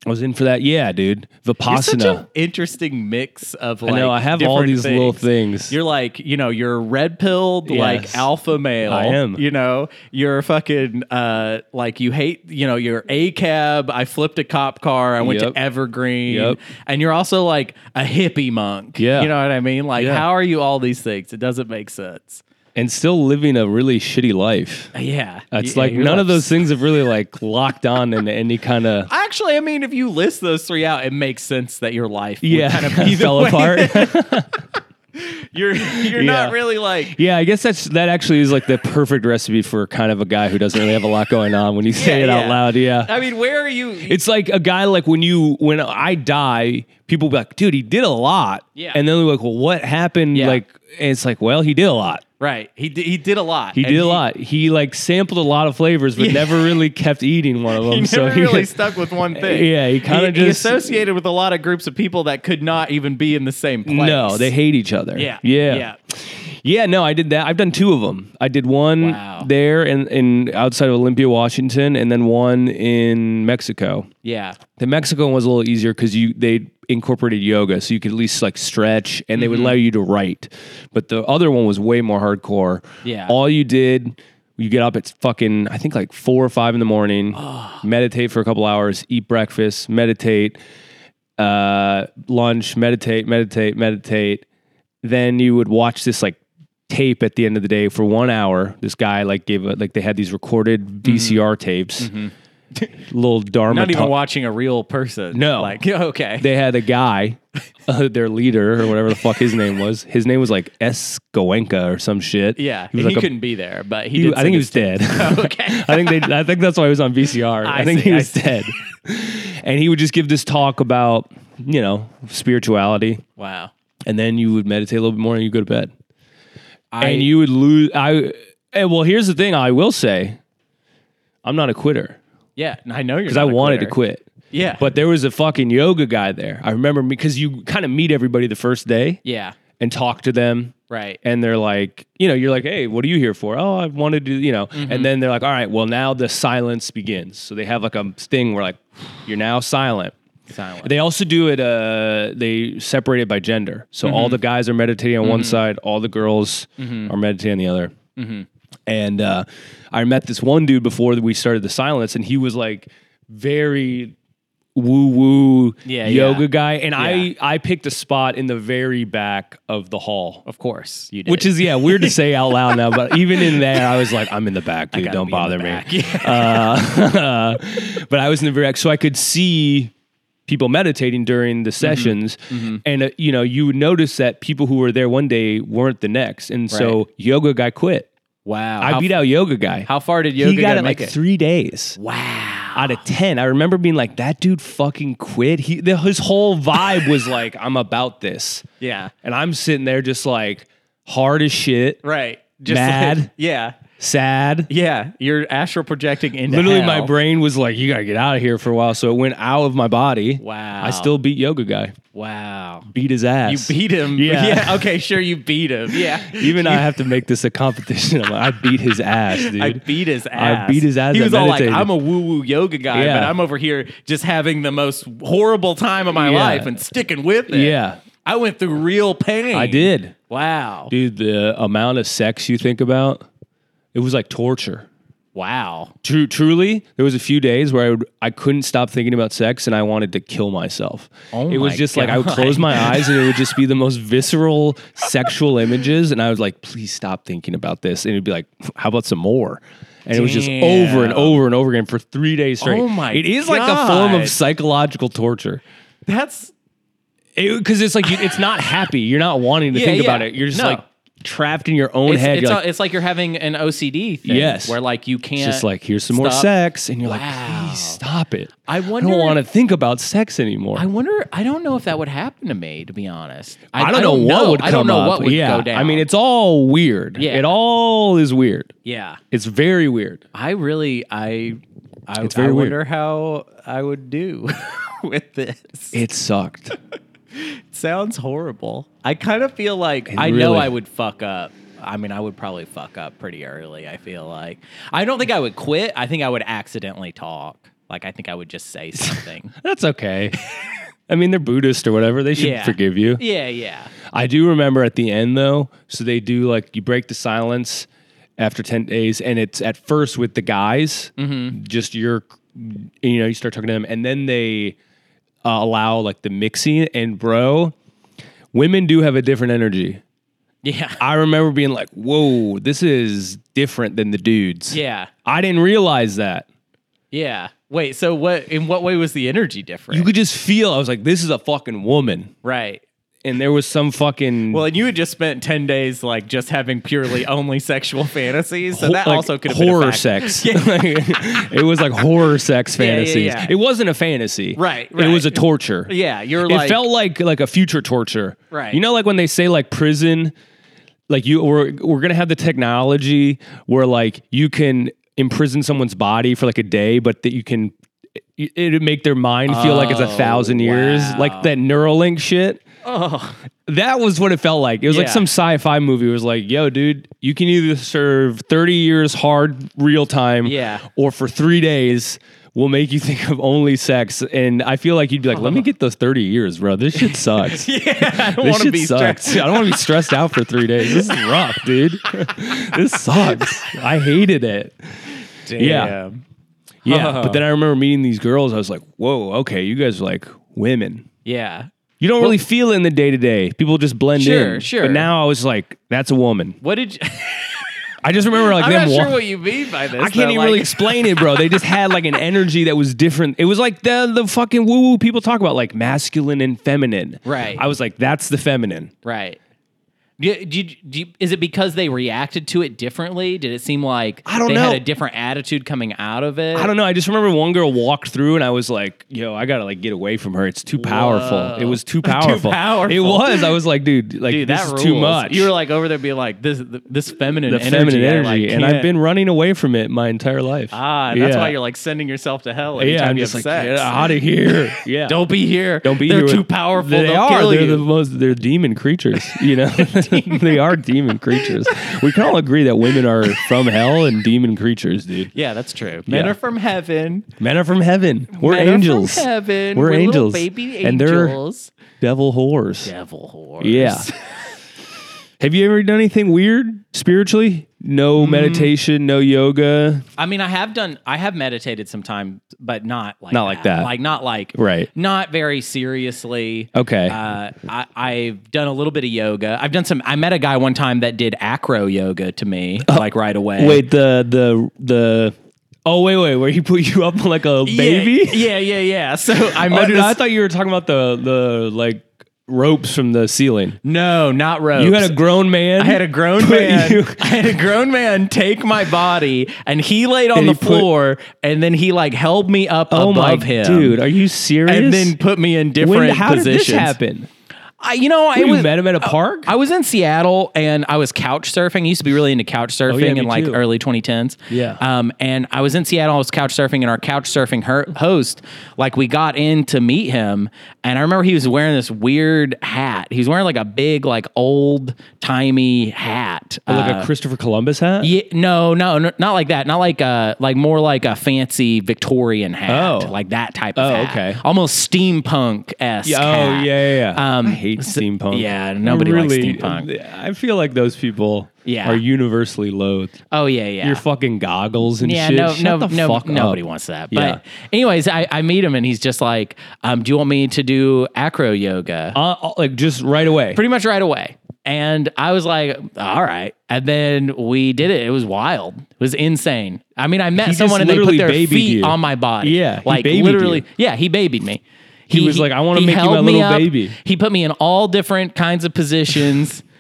S2: I was in for that. Yeah, dude.
S1: You're such
S2: Vipassana.
S1: an interesting mix of like
S2: I know I have all
S1: different
S2: these little things.
S1: You're like, you know, you're red pilled,
S2: Yes.
S1: like alpha male.
S2: I am.
S1: You know, you're fucking uh like you hate, you know, you're a cab. I flipped a cop car. I went
S2: Yep.
S1: to Evergreen.
S2: Yep.
S1: And you're also like a hippie monk.
S2: Yeah.
S1: You know what I mean? Like,
S2: Yeah.
S1: how are you all these things? It doesn't make sense.
S2: and still living a really shitty life.
S1: Yeah.
S2: It's
S1: Yeah,
S2: like
S1: you're
S2: none of those things have really like locked on into any
S1: (laughs)
S2: kind of
S1: Actually, I mean, if you list those three out, it makes sense that your life would
S2: yeah
S1: kind (laughs) of
S2: (laughs)
S1: be the
S2: fell
S1: way-
S2: apart.
S1: You're you're
S2: Yeah.
S1: not really like
S2: Yeah, I guess that's that actually is like the perfect recipe for kind of a guy who doesn't really have a lot going on when you say
S1: Yeah,
S2: it out
S1: yeah.
S2: loud. Yeah.
S1: I mean, where are you?
S2: It's like a guy like when you when I die, people be like, dude, he did a lot.
S1: Yeah.
S2: And then they're like, Well, what happened?
S1: Yeah.
S2: Like and it's like, well, he did a lot.
S1: right. He did, he did a lot.
S2: He did a lot. He like sampled a lot of flavors, but
S1: Yeah.
S2: never really kept eating one of
S1: (laughs)
S2: them.
S1: He never
S2: so (laughs)
S1: really stuck with one thing.
S2: Yeah, he kinda
S1: he
S2: just-
S1: associated with a lot of groups of people that could not even be in the same place.
S2: no, they hate each other.
S1: Yeah.
S2: Yeah. Yeah, no, I did that. I've done two of them. I did one
S1: Wow.
S2: there in, in outside of Olympia, Washington, and then one in Mexico.
S1: Yeah.
S2: The Mexico one was a little easier because you they incorporated yoga, so you could at least like stretch, and they
S1: Mm-hmm.
S2: would allow you to write. But the other one was way more hardcore.
S1: Yeah.
S2: all you did. You get up at fucking, I think like four or five in the morning, meditate for a couple hours, eat breakfast, meditate, uh, lunch, meditate, meditate, meditate. Then you would watch this like tape at the end of the day for one hour. This guy like gave a, like they had these recorded VCR tapes, little Dharma.
S1: Mm-hmm. Not even
S2: talk-
S1: watching a real person.
S2: No.
S1: Like, (laughs) okay.
S2: they had a guy, uh, their leader or whatever the fuck his name was. His name was like Escoenca or some shit.
S1: yeah. He,
S2: he, was like a-
S1: couldn't be there, but he,
S2: he-
S1: did.
S2: (laughs) I think he
S1: send
S2: was dead. (laughs)
S1: it- (laughs) okay.
S2: I think they. I think that's why he was on VCR. I,
S1: I
S2: think
S1: see,
S2: he
S1: I
S2: was
S1: see.
S2: dead, and he would just give this talk about you know spirituality,
S1: wow.
S2: and then you would meditate a little bit more and you go to bed.
S1: I
S2: and you would lose. I and well, here's the thing. I will say, I'm not a quitter
S1: yeah, and I know you're
S2: because I wanted to quit.
S1: Yeah,
S2: But there was a fucking yoga guy there. I remember because you kind of meet everybody the first day
S1: yeah,
S2: and talk to them.
S1: right.
S2: And they're like, you know, you're like, hey, what are you here for? Oh, I wanted to, you know. And then they're like, all right, well, now the silence begins. So they have like a thing where like, you're now silent.
S1: Silent.
S2: (laughs) They also do it. Uh, they separate it by gender. So all the guys are meditating on one side, all the girls are meditating on the other. And uh, I met this one dude before we started the silence, and he was like very woo woo
S1: Yeah,
S2: yoga
S1: yeah.
S2: guy. And
S1: Yeah.
S2: I I picked a spot in the very back of the hall.
S1: of course, you did.
S2: Which is yeah weird to say out loud now, but even in there, I was like, I'm in the back, dude.
S1: gotta
S2: Don't
S1: be in the
S2: bother me.
S1: back. (laughs) Yeah.
S2: Uh, but I was in the very so I could see people meditating during
S1: Mm-hmm.
S2: the sessions, and uh, you know you would notice that people who were there one day weren't the next, and so
S1: Right.
S2: yoga guy quit.
S1: wow.
S2: I
S1: how,
S2: beat out yoga guy.
S1: how far did yoga
S2: he got
S1: guy
S2: it
S1: make
S2: like three days
S1: wow.
S2: out of ten. I remember being like, that dude fucking quit. He the, his whole vibe was like, I'm about this,
S1: Yeah.
S2: and I'm sitting there just like hard as shit,
S1: Right. Just (laughs)
S2: Mad.
S1: like- yeah.
S2: sad.
S1: Yeah. You're astral projecting into
S2: Literally,
S1: hell.
S2: my brain was like, "You gotta get out of here for a while." So it went out of my body.
S1: Wow.
S2: I still beat Yoga Guy.
S1: Wow.
S2: Beat his ass.
S1: You beat (laughs) him.
S2: Yeah.
S1: Okay. Sure. You beat him. (laughs) Yeah.
S2: (laughs) Even I have to make this a competition. I'm like, I beat his ass,
S1: (laughs)
S2: dude.
S1: I beat his ass.
S2: beat his ass
S1: He
S2: at
S1: was all
S2: meditating.
S1: like, "I'm a woo woo yoga guy,
S2: Yeah.
S1: but I'm over here just having the most horrible time of my
S2: Yeah.
S1: life and sticking with it."
S2: Yeah.
S1: I went through real pain.
S2: I did,
S1: Wow.
S2: dude. The amount of sex you think about, it was like torture.
S1: Wow.
S2: True, truly, there was a few days where I would, I couldn't stop thinking about sex, and I wanted to kill myself.
S1: Oh
S2: it was
S1: my
S2: just like I would
S1: God. (laughs)
S2: close my eyes, and it would just be the most visceral sexual images, and I was like, "Please stop thinking about this," and it'd be like, "How about some more?" And it was just over and
S1: Damn.
S2: over and over again for three days straight.
S1: Oh my
S2: It is like a form of
S1: God.
S2: psychological torture
S1: That's
S2: because it's like you, it's not happy. You're not wanting to
S1: Yeah,
S2: think
S1: yeah.
S2: about it. You're just
S1: No.
S2: like trapped in your own
S1: it's,
S2: head.
S1: it's,
S2: You're
S1: a-
S2: like,
S1: it's like you're having an OCD thing.
S2: Yes.
S1: Where like you can't.
S2: just like here's some more
S1: stop.
S2: sex, and you're like,
S1: Wow.
S2: please stop it.
S1: I wonder.
S2: I don't want to think about sex anymore.
S1: I wonder. I don't know if that would happen to me. To be honest,
S2: I, don't know what would come
S1: I don't know
S2: up.
S1: what would
S2: yeah.
S1: go down.
S2: I mean, it's all weird.
S1: Yeah.
S2: It all is weird.
S1: yeah.
S2: It's very weird.
S1: I really, I, I,
S2: very
S1: I
S2: weird.
S1: wonder how I would do (laughs) with this. (laughs)
S2: It sucked.
S1: sounds horrible. I kind of feel like I know
S2: really-
S1: I would fuck up. I mean, I would probably fuck up pretty early. I feel like I don't think I would quit. I think I would accidentally talk. Like I think I would just
S2: (laughs)
S1: say something.
S2: That's okay. (laughs) I mean, they're Buddhist or whatever. They should
S1: Yeah.
S2: forgive you.
S1: yeah, yeah.
S2: I do remember at the end though. So they do like you break the silence after ten days, and it's at first with the guys,
S1: Mm-hmm.
S2: just your, you know, you start talking to them, and then they uh, allow like the mixing. And bro, women do have a different energy. (laughs)
S1: Yeah.
S2: I remember being like, whoa, this is different than the dudes.
S1: yeah.
S2: I didn't realize that.
S1: Yeah. Wait, so what in what way was the energy different?
S2: You could just feel, I was like, this is a fucking woman.
S1: right.
S2: And there was some fucking.
S1: Well, and you had just spent 10 days like just having
S2: (laughs)
S1: purely only sexual fantasies. So that
S2: like,
S1: also could have been a
S2: horror
S1: factor. (laughs)
S2: sex. (laughs) it was like horror sex
S1: yeah,
S2: fantasies.
S1: yeah.
S2: It wasn't a fantasy.
S1: Right,
S2: It was a
S1: right.
S2: torture.
S1: Yeah, you're
S2: it
S1: like
S2: felt like like a future torture.
S1: Right.
S2: You know, like when they say like prison, like you we're we're gonna have the technology where like you can imprison someone's body for like a day, but that you can it- it'd make their mind feel like it's a
S1: Oh,
S2: thousand years,
S1: wow.
S2: like that Neuralink shit.
S1: oh,
S2: That was what it felt like. It was like
S1: Yeah.
S2: some sci-fi movie. It was like, yo, dude, you can either serve 30 years hard real time
S1: Yeah.
S2: or for three days will make you (laughs) think of only sex. And I feel like you'd be like, let me get those 30 years, bro. This
S1: (laughs)
S2: shit
S1: (laughs)
S2: sucks.
S1: yeah, I don't
S2: this
S1: want to
S2: shit
S1: be
S2: sucks.
S1: stressed.
S2: (laughs) I don't want to be stressed out for three days. This is rough, dude. (laughs) this sucks. I hated it. Yeah. Yeah. But then I remember meeting these girls. I was like, whoa, okay, you guys are like women.
S1: Yeah.
S2: You don't really feel it in the day to day. People just blend
S1: Sure,
S2: in.
S1: sure.
S2: But now I was like, that's a woman.
S1: What did you (laughs)
S2: I just remember like
S1: I'm
S2: them.
S1: not
S2: wa-
S1: sure what you mean by this.
S2: I can't
S1: though,
S2: even
S1: like-
S2: really explain it, bro. They just had like an energy that was different. It was like the the fucking woo woo people talk about, like masculine and feminine.
S1: Right.
S2: I was like, that's the feminine.
S1: Right. Do, do, do, is it because they reacted to it differently? Did it seem like
S2: I don't
S1: they
S2: know.
S1: had a different attitude coming out of it?
S2: I don't know. I just remember one girl walked through, and I was like, "Yo, I gotta like get away from her. It's too powerful.
S1: Whoa.
S2: It
S1: (laughs)
S2: was too powerful.
S1: powerful.
S2: It was. I was like, dude, like
S1: Dude,
S2: this
S1: that
S2: is
S1: rules.
S2: too much.
S1: You were like over there being like this this feminine
S2: the
S1: energy,
S2: feminine
S1: I,
S2: energy,
S1: like,
S2: and I've
S1: can't-
S2: been running away from it my entire life.
S1: ah. That's
S2: Yeah.
S1: why you're like sending yourself to hell. Every
S2: yeah.
S1: time
S2: I'm
S1: you
S2: just
S1: have
S2: like
S1: sex.
S2: get out of
S1: (laughs)
S2: here. yeah.
S1: Don't be here.
S2: Don't be
S1: They're
S2: here
S1: too
S2: with-
S1: powerful.
S2: They
S1: They'll
S2: are.
S1: Kill
S2: they're
S1: you.
S2: the most. They're demon creatures. (laughs) You know, they are demon creatures. We can all agree that women are from hell and demon creatures, dude.
S1: yeah, that's true. Men
S2: Yeah.
S1: are from heaven.
S2: Men are from heaven. We're
S1: Men are from
S2: angels.
S1: heaven.
S2: We're,
S1: little
S2: angels.
S1: Baby angels.
S2: And they're devil whores.
S1: devil whores.
S2: Yeah. Have you ever done anything weird spiritually? No meditation, no yoga.
S1: (laughs) I mean, I have done, I have meditated sometimes, but not like
S2: Not like that.
S1: Like not like
S2: Right.
S1: Not very seriously.
S2: Okay.
S1: Uh, I, I've done a little bit of yoga. I've done some. I met a guy one time that did acro yoga to me,
S2: Oh,
S1: like right away.
S2: Wait, the the the Oh wait, wait, where he put you up (laughs) like a
S1: Yeah,
S2: baby?
S1: Yeah, yeah, yeah. So I met
S2: (laughs) Oh, dude,
S1: this-
S2: I thought you were talking about the the like ropes from the ceiling.
S1: no, not ropes.
S2: You had a grown man.
S1: I had a grown
S2: put
S1: man. (laughs)
S2: you-
S1: I had a grown man take my body, and he laid on
S2: And
S1: the
S2: he put-
S1: floor, and then he like held me up
S2: oh my
S1: above him,
S2: dude, are you serious?
S1: and then put me in different
S2: when, how
S1: positions.
S2: did this happen?
S1: I, you know, I
S2: You
S1: was Oh,
S2: met him at a park?
S1: I was in Seattle and I was couch surfing. I used to be really into couch surfing
S2: Oh, yeah, me
S1: in like
S2: too.
S1: early 2010s.
S2: Yeah.
S1: Um, and I was in Seattle. I was couch surfing, and our couch surfing her- host, like, we got in to meet him, and I remember he was wearing this weird hat. He was wearing like a big, like, old timey hat.
S2: like
S1: Uh,
S2: a Christopher Columbus hat?
S1: yeah, no, no, no, not like that. Not like a like more like a fancy Victorian hat,
S2: Oh.
S1: like that type of
S2: Oh,
S1: hat.
S2: okay.
S1: almost steampunk esque.
S2: Yeah, Oh yeah, yeah. yeah.
S1: Um,
S2: I hate steampunk.
S1: yeah, nobody likes steampunk.
S2: I feel like those people
S1: Yeah.
S2: are universally loathed.
S1: Oh yeah, yeah.
S2: Your fucking goggles and
S1: Yeah,
S2: shit.
S1: no,
S2: Shut
S1: no,
S2: the
S1: no,
S2: fuck
S1: nobody
S2: up.
S1: wants that.
S2: Yeah.
S1: But anyways, I, I meet him and he's just like, um, "Do you want me to do acro yoga?"
S2: Uh, uh, like just right away.
S1: Pretty much right away. And I was like, "All right." And then we did it. It was wild. It was insane. I mean, I met
S2: He
S1: someone
S2: just
S1: and they put
S2: literally
S1: their
S2: babied
S1: feet
S2: you.
S1: on my body.
S2: Yeah, he
S1: like
S2: babied
S1: literally.
S2: you.
S1: Yeah, he babied me. He,
S2: was like, "I wanna
S1: he
S2: make you
S1: held
S2: my
S1: me
S2: little
S1: up.
S2: baby."
S1: He put me in all different kinds of positions. (laughs)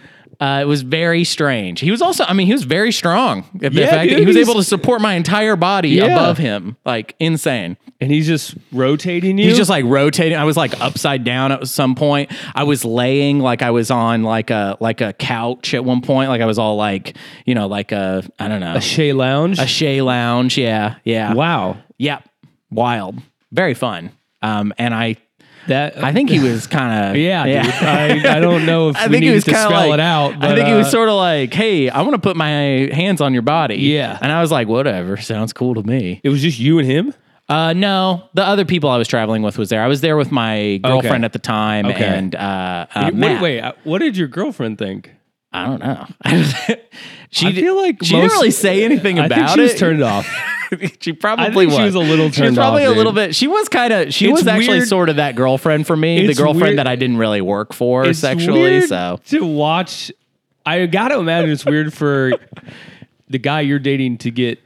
S1: Uh, it was very strange. He was also, I mean, he was very strong. The
S2: Yeah,
S1: fact that he
S2: dude,
S1: was
S2: he's-
S1: able to support my entire body
S2: Yeah.
S1: above him, like insane.
S2: and he's just rotating you.
S1: He's just like rotating. I was like upside down at some point. I was laying like I was on like a like a couch at one point. Like I was all like you know like a I don't know
S2: Shea Lounge.
S1: a Shea lounge. Yeah, yeah,
S2: wow.
S1: yep. Wild, very fun. Um, and I
S2: That
S1: I think he was kind of
S2: (laughs) yeah, Dude. I, I don't know
S1: (laughs)
S2: if
S1: I
S2: we
S1: think
S2: need
S1: he was
S2: to
S1: kind of
S2: spell
S1: like,
S2: it out.
S1: I
S2: but,
S1: think he was
S2: uh,
S1: sort of like, "Hey, I want to put my hands on your body."
S2: Yeah.
S1: and I was like, "Whatever, sounds cool to me."
S2: It was just you and him.
S1: Uh, no, the other people I was traveling with was there. I was there with my girlfriend at the time,
S2: Okay.
S1: and uh, uh,
S2: Wait,
S1: Matt.
S2: wait, uh, what did your girlfriend think?
S1: I don't know. (laughs) she
S2: I
S1: di-
S2: feel like
S1: she
S2: most-
S1: didn't really say anything
S2: I
S1: about
S2: think she was
S1: it.
S2: turned off.
S1: (laughs) she probably
S2: I think
S1: was.
S2: she was a little
S1: She was
S2: turned
S1: probably
S2: off,
S1: a little
S2: dude.
S1: bit. She was kind of. She
S2: It's
S1: was actually
S2: weird-
S1: sort of that girlfriend for me, the
S2: It's
S1: girlfriend
S2: weird-
S1: that I didn't really work for
S2: It's
S1: sexually.
S2: weird
S1: So
S2: to watch, I gotta imagine it's weird for the guy you're dating to get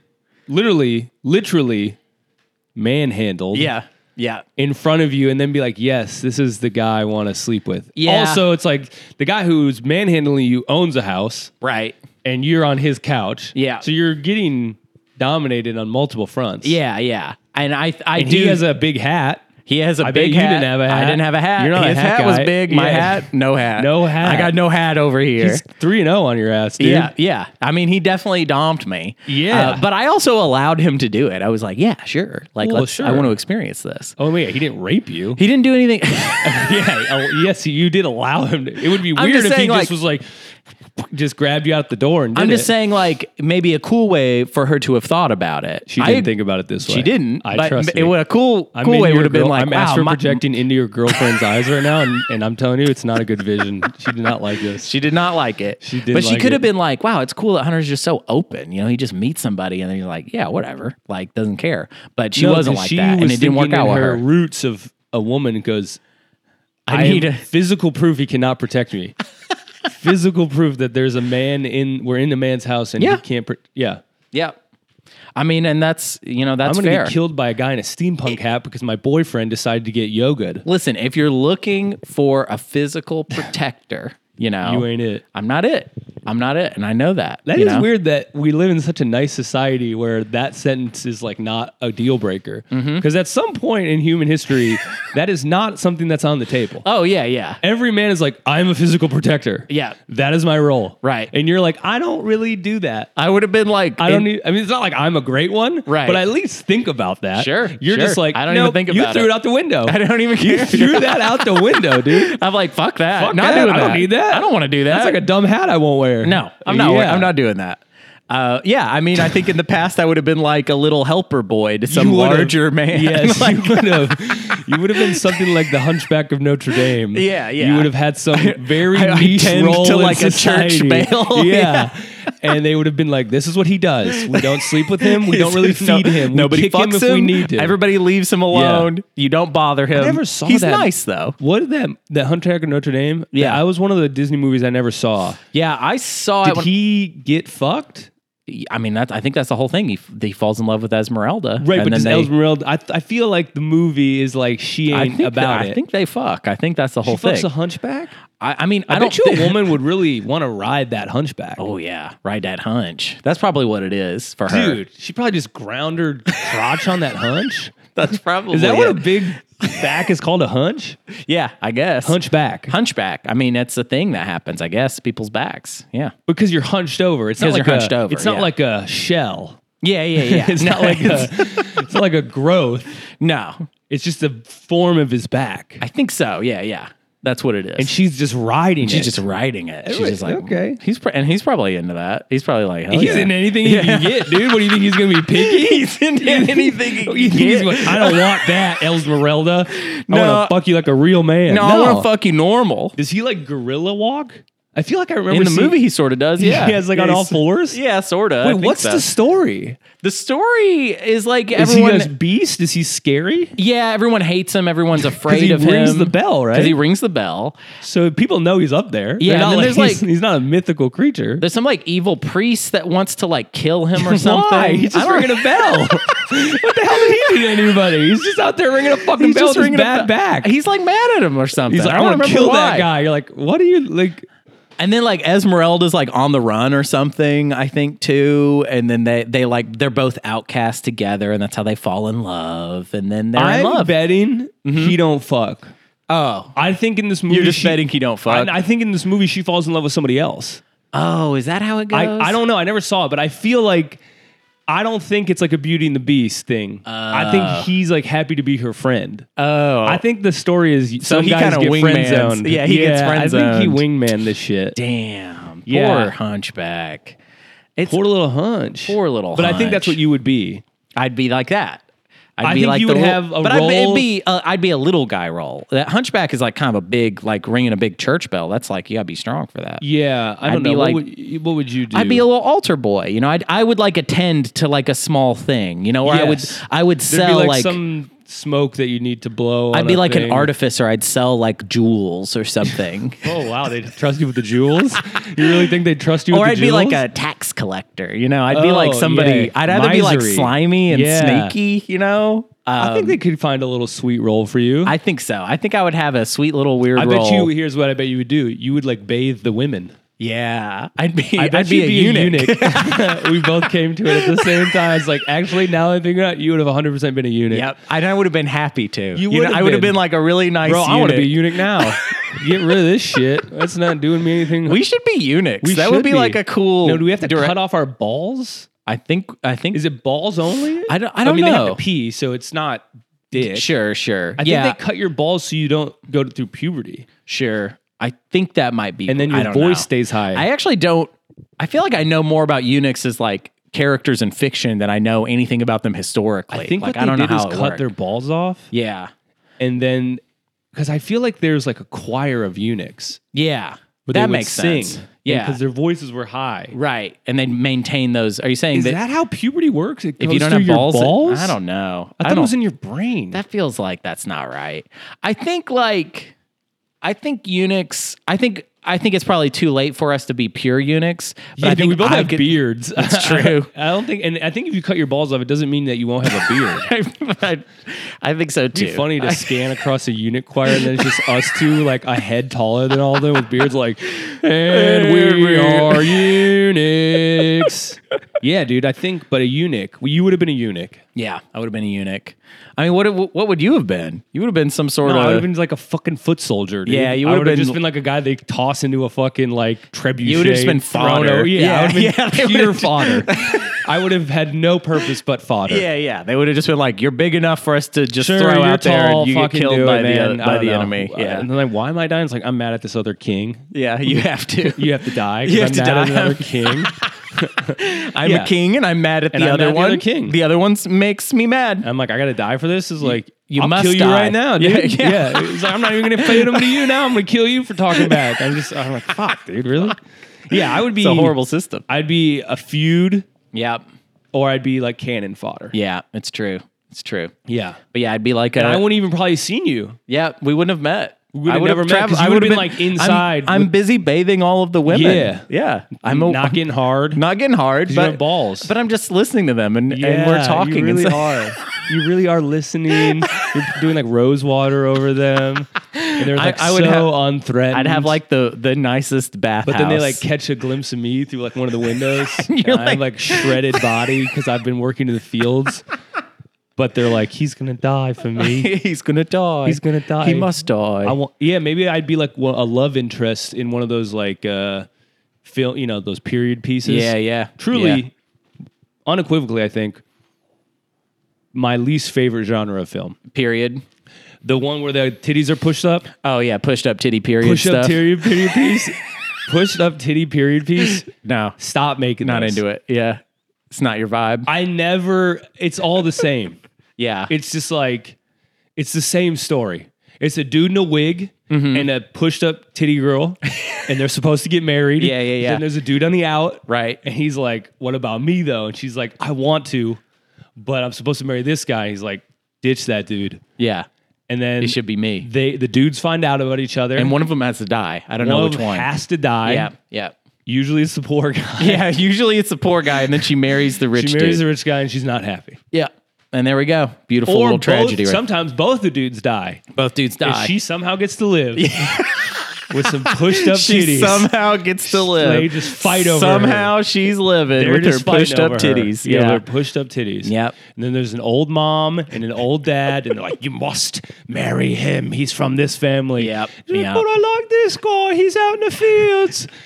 S2: literally, literally manhandled
S1: yeah, yeah.
S2: in front of you, and then be like, "Yes, this is the guy I want to sleep with."
S1: Yeah.
S2: Also, it's like the guy who's manhandling you owns a house,
S1: Right.
S2: and you're on his couch.
S1: Yeah.
S2: So you're getting dominated on multiple fronts.
S1: Yeah, yeah. And I, I
S2: And
S1: do.
S2: he has a big hat.
S1: He has a
S2: I bet
S1: big
S2: you
S1: hat.
S2: didn't have a
S1: I
S2: hat.
S1: didn't have a hat.
S2: You're not a
S1: His
S2: hat
S1: was
S2: guy.
S1: big. My
S2: Yeah.
S1: hat, no hat.
S2: No hat.
S1: I got no hat over here.
S2: He's three and zero on your ass, dude.
S1: yeah, yeah. I mean, he definitely domped me.
S2: Yeah.
S1: Uh, but I also allowed him to do it. I was like, yeah, sure. Like,
S2: Well,
S1: let's, I
S2: sure.
S1: want to experience this.
S2: Oh wait, he didn't
S1: (laughs)
S2: rape you.
S1: He didn't do anything.
S2: (laughs) yeah, oh, yes, you did allow him. To, it would be
S1: I'm
S2: weird
S1: just
S2: if he
S1: saying, like-
S2: just was like, (laughs) just grabbed you out the door and did
S1: I'm just
S2: it.
S1: saying, like, maybe a cool way for her to have thought about it.
S2: She didn't think about it this way.
S1: She didn't.
S2: I
S1: but
S2: trust
S1: it
S2: me.
S1: would a cool,
S2: I'm
S1: cool
S2: into
S1: way
S2: your
S1: would have been
S2: girl-
S1: like,
S2: I'm
S1: wow,
S2: astral
S1: my-
S2: projecting into your girlfriend's eyes right now, and, and I'm telling you, it's not a good vision. She did not like
S1: (laughs)
S2: this.
S1: She did not like it. She
S2: did
S1: But she
S2: like
S1: could
S2: it.
S1: have been like, wow, it's cool that Hunter's just so open. You know, he just meets somebody and then you're like, yeah, whatever. Like, doesn't care. But she
S2: No,
S1: wasn't
S2: 'cause
S1: like
S2: she
S1: that. And
S2: was
S1: it didn't work
S2: thinking
S1: out
S2: in
S1: with her.
S2: her roots of a woman goes.
S1: I
S2: am
S1: need a-
S2: physical proof he cannot protect (laughs) me. physical proof that there's a man in. We're in the man's house and
S1: Yeah.
S2: he can't. Pro- yeah.
S1: Yep. I mean, and that's, you know, that's
S2: I'm
S1: fair.
S2: gonna be killed by a guy in a steampunk hat because my boyfriend decided to get yogaed. (laughs)
S1: Listen, if you're looking for a physical protector, You know,
S2: You ain't it.
S1: I'm not it. I'm not it, and I know that.
S2: That is
S1: you know?
S2: weird that we live in such a nice society where that sentence is like not a deal breaker. Because at some point in human (laughs) history, that is not something that's on the table.
S1: Oh yeah, yeah.
S2: Every man is like, I'm a physical protector.
S1: Yeah.
S2: That is my role.
S1: Right.
S2: And you're like, I don't really do that.
S1: I would have been like,
S2: I don't
S1: in-
S2: need, I mean, it's not like I'm a great one,
S1: Right.
S2: But I at least think about that.
S1: Sure,
S2: You're
S1: sure.
S2: just like,
S1: I don't even
S2: nope,
S1: think
S2: You
S1: about
S2: threw
S1: it.
S2: it out the
S1: (laughs)
S2: window.
S1: (laughs) I don't
S2: (laughs)
S1: even care.
S2: threw that out the
S1: (laughs)
S2: window, dude.
S1: I'm like, fuck that.
S2: Fuck
S1: not
S2: that.
S1: doing
S2: I
S1: that.
S2: don't need that.
S1: I don't want to do that.
S2: That's like a dumb hat I won't wear.
S1: No, I'm not.
S2: Yeah.
S1: I'm not doing that. Uh, yeah, I mean, I think in the past I would have been like a little helper boy to some
S2: (laughs) You would've-
S1: larger man. (laughs)
S2: Yes,
S1: Like,
S2: you would have. You would have been something like the Hunchback of Notre Dame.
S1: Yeah, yeah.
S2: You would have had some very
S1: I- I
S2: niche
S1: tend
S2: role
S1: to
S2: in
S1: like a church
S2: society.
S1: male.
S2: (laughs) Yeah. and they would have been like, "This is what he does. We don't sleep with
S1: (laughs)
S2: him. We don't really
S1: No-
S2: feed him. We
S1: Nobody
S2: kick
S1: fucks
S2: him if we need to."
S1: Everybody leaves him alone. You don't bother him.
S2: I never saw
S1: He's
S2: that.
S1: nice though.
S2: What did that that Hunchback of Notre Dame?
S1: Yeah.
S2: that was one of the Disney movies I never saw.
S1: Yeah, I saw
S2: Did he get fucked?
S1: I mean, that's, I think that's the whole thing. He, f- he falls in love with Esmeralda, and
S2: Right, but
S1: then
S2: does
S1: they-
S2: Esmeralda? I, I feel like the movie is like she
S1: I
S2: ain't
S1: think
S2: about
S1: that-
S2: it.
S1: I think they fuck. I think that's the whole
S2: she fucks
S1: thing.
S2: a hunchback.
S1: I, I mean, I,
S2: I,
S1: don't
S2: bet you
S1: thi-
S2: a woman would really want to ride that hunchback.
S1: Oh yeah, ride that hunch. That's probably what it is for her.
S2: Dude, she probably just ground her crotch on
S1: (laughs)
S2: that hunch.
S1: that's probably
S2: (laughs) Is that what a
S1: it.
S2: big back is called? A hunch?
S1: Yeah, I guess
S2: Hunchback.
S1: hunchback. I mean, that's the thing that happens. I guess people's backs. Yeah,
S2: Because you're hunched over. It's not
S1: Because
S2: like
S1: you're
S2: a,
S1: hunched over,
S2: It's not
S1: yeah.
S2: like
S1: (laughs)
S2: a shell.
S1: yeah, yeah, yeah.
S2: It's not (laughs) like a. It's not like a growth.
S1: no.
S2: It's just the form of his back,
S1: I think so. Yeah, yeah. That's what it is.
S2: and she's just riding.
S1: she's
S2: it.
S1: just riding it. She's
S2: was-
S1: just like
S2: okay.
S1: He's pr- and he's probably into that. He's probably like hell
S2: He's
S1: yeah.
S2: in anything he
S1: (laughs)
S2: can get, dude. What do you think he's gonna be picky?
S1: He's into
S2: (laughs)
S1: anything. he
S2: What
S1: can
S2: do you think he's
S1: get.
S2: gonna- I don't want that, Esmeralda. I
S1: No.
S2: want to fuck you like a real man.
S1: No, I want to fuck you normal.
S2: Does he like gorilla walk? I feel like I remember
S1: In the
S2: seeing- (laughs)
S1: movie, he sort of does. (laughs)
S2: He
S1: Yeah,
S2: has, like, on all
S1: he's-
S2: fours?
S1: Yeah, sort of.
S2: Wait, what's the story?
S1: the story? Is like
S2: Is
S1: everyone.
S2: he this beast? Is he scary?
S1: Yeah, everyone hates him.
S2: (laughs)
S1: Everyone's afraid
S2: he
S1: of him.
S2: rings the bell, right?
S1: Because he rings the bell.
S2: So people know he's up there.
S1: Yeah, and
S2: They're not
S1: then there's,
S2: like, he's, (laughs)
S1: like-
S2: he's not a mythical creature.
S1: There's some like evil priest that wants to like kill him or something.
S2: (laughs) Why? He's
S1: I
S2: just
S1: don't-
S2: ringing a bell. (laughs) what the hell did he do to anybody? He's just out there ringing a fucking
S1: He's
S2: bell
S1: just
S2: with his
S1: ringing a
S2: bad
S1: bell.
S2: back.
S1: He's like mad at him or something.
S2: He's like, I
S1: don't
S2: want to
S1: remember
S2: kill
S1: why.
S2: that guy. You're like, what are you like?
S1: And then like Esmeralda's like on the run or something, I think too. And then they they like they're both outcasts together, and that's how they fall in love. And then they're in
S2: I'm
S1: love.
S2: betting he don't fuck.
S1: oh,
S2: Mm-hmm. I think in this movie,
S1: you're just
S2: she-
S1: betting he don't fuck.
S2: I, I think in this movie, she falls in love with somebody else.
S1: oh, is that how it goes?
S2: I, I don't know. I never saw it, but I feel like I don't think it's like a Beauty and the Beast thing. I think he's like happy to be her friend.
S1: Uh. Oh,
S2: I think the story is so some
S1: he
S2: guys
S1: kinda
S2: get friend
S1: wingmans.
S2: zoned.
S1: Yeah, he gets
S2: I think
S1: friend-zoned.
S2: he wingman this shit.
S1: damn.
S2: Yeah.
S1: Poor hunchback. It's
S2: Poor little hunch.
S1: Poor little
S2: But I think that's
S1: hunch.
S2: what you would be.
S1: I'd be like that. I'd
S2: I
S1: be
S2: think
S1: like
S2: you
S1: the
S2: would
S1: little-
S2: have a
S1: but I'd be- it'd
S2: role-
S1: be uh, I'd be a little guy role. That hunchback is like kind of a big, like ringing a big church bell. That's like you gotta be strong for that.
S2: Yeah, I
S1: I'd
S2: don't
S1: be
S2: know.
S1: like-
S2: what, would, you- what would you do?
S1: I'd be a little altar boy, you know. I'd, I would like attend to like a small thing, you know, or
S2: Yes.
S1: I would I would
S2: There'd be
S1: sell
S2: like,
S1: like,
S2: some smoke that you need to blow. on
S1: I'd be
S2: a
S1: like an
S2: thing.
S1: artificer. I'd sell like jewels or
S2: (laughs)
S1: something,
S2: Oh wow, they trust you with
S1: (laughs)
S2: the jewels. you really think they trust you?
S1: or
S2: with
S1: I'd
S2: the
S1: be like
S2: jewels?
S1: a tax collector, you know. I'd be like
S2: Oh,
S1: somebody.
S2: yeah.
S1: I'd either be like
S2: Misery.
S1: slimy and
S2: Yeah.
S1: snaky, you know. Um,
S2: I think they could find a little sweet role for you.
S1: I think so. I think I would have a sweet little weird
S2: I
S1: role.
S2: bet you. Here's what I bet you would do. You would like bathe the women. (laughs)
S1: Yeah, I'd be.
S2: I
S1: I'd,
S2: bet
S1: be,
S2: you'd
S1: a eunuch. (laughs)
S2: (laughs) eunuch. we both came to it at the same time. It's like actually now that I think about it, you would have 100 percent been a eunuch.
S1: yep, and I would have been happy to.
S2: You
S1: know,
S2: would've
S1: I would have
S2: been.
S1: been like a really nice.
S2: Bro, I want to be a
S1: eunuch.
S2: eunuch now.
S1: (laughs)
S2: Get rid of this shit. That's not doing me anything.
S1: We should be eunuchs.
S2: We
S1: that would
S2: should
S1: be, like a cool.
S2: No, do we have to
S1: direct-
S2: cut off our balls?
S1: I think. I think.
S2: Is it balls only?
S1: I don't- I don't
S2: mean, They
S1: know.
S2: have to pee, so it's not dick.
S1: Sure, sure.
S2: I think
S1: yeah,
S2: they cut your balls so you don't go through puberty,
S1: sure. I think that might be.
S2: and then
S1: I
S2: your
S1: don't
S2: voice
S1: know.
S2: stays high.
S1: I actually don't. I feel like I know more about eunuchs as like characters in fiction than I know anything about them historically.
S2: I think
S1: like
S2: what
S1: I
S2: they
S1: don't
S2: did
S1: know
S2: is
S1: how it
S2: cut
S1: worked.
S2: their balls off,
S1: Yeah,
S2: and then because I feel like there's like a choir of eunuchs,
S1: yeah.
S2: but
S1: that
S2: they would
S1: makes
S2: sing,
S1: sense. Yeah,
S2: because their voices were high.
S1: right. And they maintain those. Are you saying
S2: Is that, how puberty works? It
S1: if
S2: goes
S1: you don't
S2: through
S1: have
S2: your
S1: balls,
S2: balls?
S1: I don't know. I,
S2: I thought
S1: don't.
S2: it was in your brain.
S1: that feels like that's not right. I think like, I think eunuchs. I think I think it's probably too late for us to be pure eunuchs. But
S2: Yeah,
S1: I
S2: dude,
S1: think
S2: we both
S1: I
S2: have
S1: could-
S2: beards. (laughs) That's
S1: true.
S2: I don't think, and I think if you cut your balls off, it doesn't mean that you won't have a (laughs) beard.
S1: (laughs) I, I think so too. Uh,
S2: It'd be funny to scan across a eunuch choir and then it's just us two, like a head taller than all of them with beards, like, and we are eunuchs. yeah, dude, I think, but a eunuch, well, you would have been a eunuch.
S1: Yeah, I would have been a eunuch. I mean, what what would you have been? You would have been some sort
S2: No, I would
S1: of.
S2: have been like a fucking foot soldier. Dude.
S1: Yeah, you
S2: I
S1: would've
S2: Uh, would've
S1: been-
S2: just been like a guy they toss into a fucking like trebuchet.
S1: You would've just been fodder.
S2: over- Yeah, (laughs) I would
S1: Yeah,
S2: have been
S1: yeah, they
S2: pure
S1: would've-
S2: (laughs) fodder. I would have had no purpose but fodder.
S1: (laughs) yeah, yeah. They would have just been like, "You're big enough for us to just
S2: Sure,
S1: throw
S2: you're
S1: out there,
S2: tall,
S1: and you get
S2: fucking
S1: killed
S2: do
S1: by
S2: it,
S1: the
S2: man. I
S1: by
S2: don't
S1: the
S2: know.
S1: enemy."
S2: Uh, (laughs)
S1: Yeah,
S2: And then like, why am I dying? It's like I'm mad at this other king.
S1: yeah. You have
S2: (laughs)
S1: to.
S2: You have to die. 'cause
S1: You have
S2: I'm
S1: to
S2: mad
S1: die.
S2: at another king.
S1: I'm
S2: yeah.
S1: a king, and I'm mad at
S2: And
S1: the
S2: I'm
S1: other
S2: mad at the
S1: one.
S2: other king.
S1: The other one makes me mad.
S2: I'm like, I gotta die for this. Is like,
S1: you
S2: I'll
S1: must
S2: kill you
S1: die.
S2: right now, dude. (laughs)
S1: Yeah,
S2: Yeah,
S1: yeah.
S2: It's like I'm not even gonna fade him to you now. I'm gonna kill you for talking back. I'm just, I'm like, fuck, dude, really? (laughs) Yeah, I would be
S1: It's a horrible system.
S2: I'd be a feud,
S1: Yep.
S2: or I'd be like cannon fodder.
S1: Yeah, it's true. It's true.
S2: Yeah.
S1: But yeah, I'd be like, a,
S2: And I wouldn't even probably seen you.
S1: yeah, we wouldn't have met.
S2: would've
S1: I would've
S2: never met 'cause you
S1: I
S2: would've
S1: would've
S2: been, like, inside
S1: I'm, I'm
S2: with-
S1: busy bathing all of the women.
S2: Yeah.
S1: yeah. I'm a,
S2: not getting hard.
S1: (laughs) not getting hard,
S2: you
S1: but
S2: have balls.
S1: But I'm just listening to them, and, and
S2: Yeah,
S1: we're talking.
S2: You
S1: and
S2: really
S1: so-
S2: are. (laughs) You really are listening. You're doing like rose water over them, and they're
S1: I-
S2: like
S1: I would
S2: so
S1: have- (laughs)
S2: unthreatened.
S1: I'd have like the the nicest bath,
S2: But then they like catch a glimpse of me through like one of the windows.
S1: (laughs) And you're
S2: and I'm like shredded body because I've been working in the fields. But they're like, he's gonna die for me.
S1: (laughs) he's gonna die.
S2: He's gonna die.
S1: He must die.
S2: I want, yeah, maybe I'd be like well, a love interest in one of those like uh, film, you know, those period pieces.
S1: yeah, yeah.
S2: Truly,
S1: Yeah.
S2: unequivocally, I think my least favorite genre of film,
S1: Period.
S2: the one where the titties are pushed up,
S1: Oh yeah, pushed up titty period
S2: push
S1: stuff.
S2: up period
S1: (laughs)
S2: period piece, pushed up titty period piece.
S1: no,
S2: Stop making
S1: not
S2: those.
S1: into it. Yeah, it's not your vibe.
S2: I never. It's all the same.
S1: yeah,
S2: It's just like, it's the same story. It's a dude in a wig
S1: Mm-hmm.
S2: and a pushed up titty girl, and they're supposed to get married.
S1: Yeah, yeah, yeah.
S2: Then there's a dude on the out, (laughs)
S1: Right.
S2: And he's like, "What about me though?" And she's like, "I want to, but I'm supposed to marry this guy." He's like, "Ditch that dude."
S1: yeah.
S2: And then
S1: It should be me.
S2: they the dudes find out about each other,
S1: And one of them has to die. I don't
S2: one
S1: know
S2: of
S1: which
S2: them
S1: one.
S2: has to die.
S1: yeah,
S2: (laughs)
S1: yeah,
S2: Usually it's the poor
S1: (laughs)
S2: guy.
S1: yeah. Usually it's the poor guy, and then she marries the rich
S2: She marries
S1: dude.
S2: the rich guy, and she's not happy.
S1: yeah, and there we go. Beautiful little
S2: both,
S1: tragedy. right?
S2: sometimes both the dudes die.
S1: both dudes
S2: And
S1: die.
S2: she somehow gets to live (laughs) with some pushed (laughs) up
S1: she
S2: titties.
S1: somehow gets to live.
S2: They just fight over her.
S1: Somehow she's living
S2: They're
S1: with her
S2: just fighting
S1: pushed up
S2: over her.
S1: titties.
S2: Yeah,
S1: Yeah.
S2: they're pushed up titties.
S1: Yep.
S2: And then there's an old mom and an old dad, and they're like, "You must marry him. He's from this family."
S1: Yep,
S2: She's like,
S1: yep.
S2: But I like this guy. He's out in the fields. (laughs)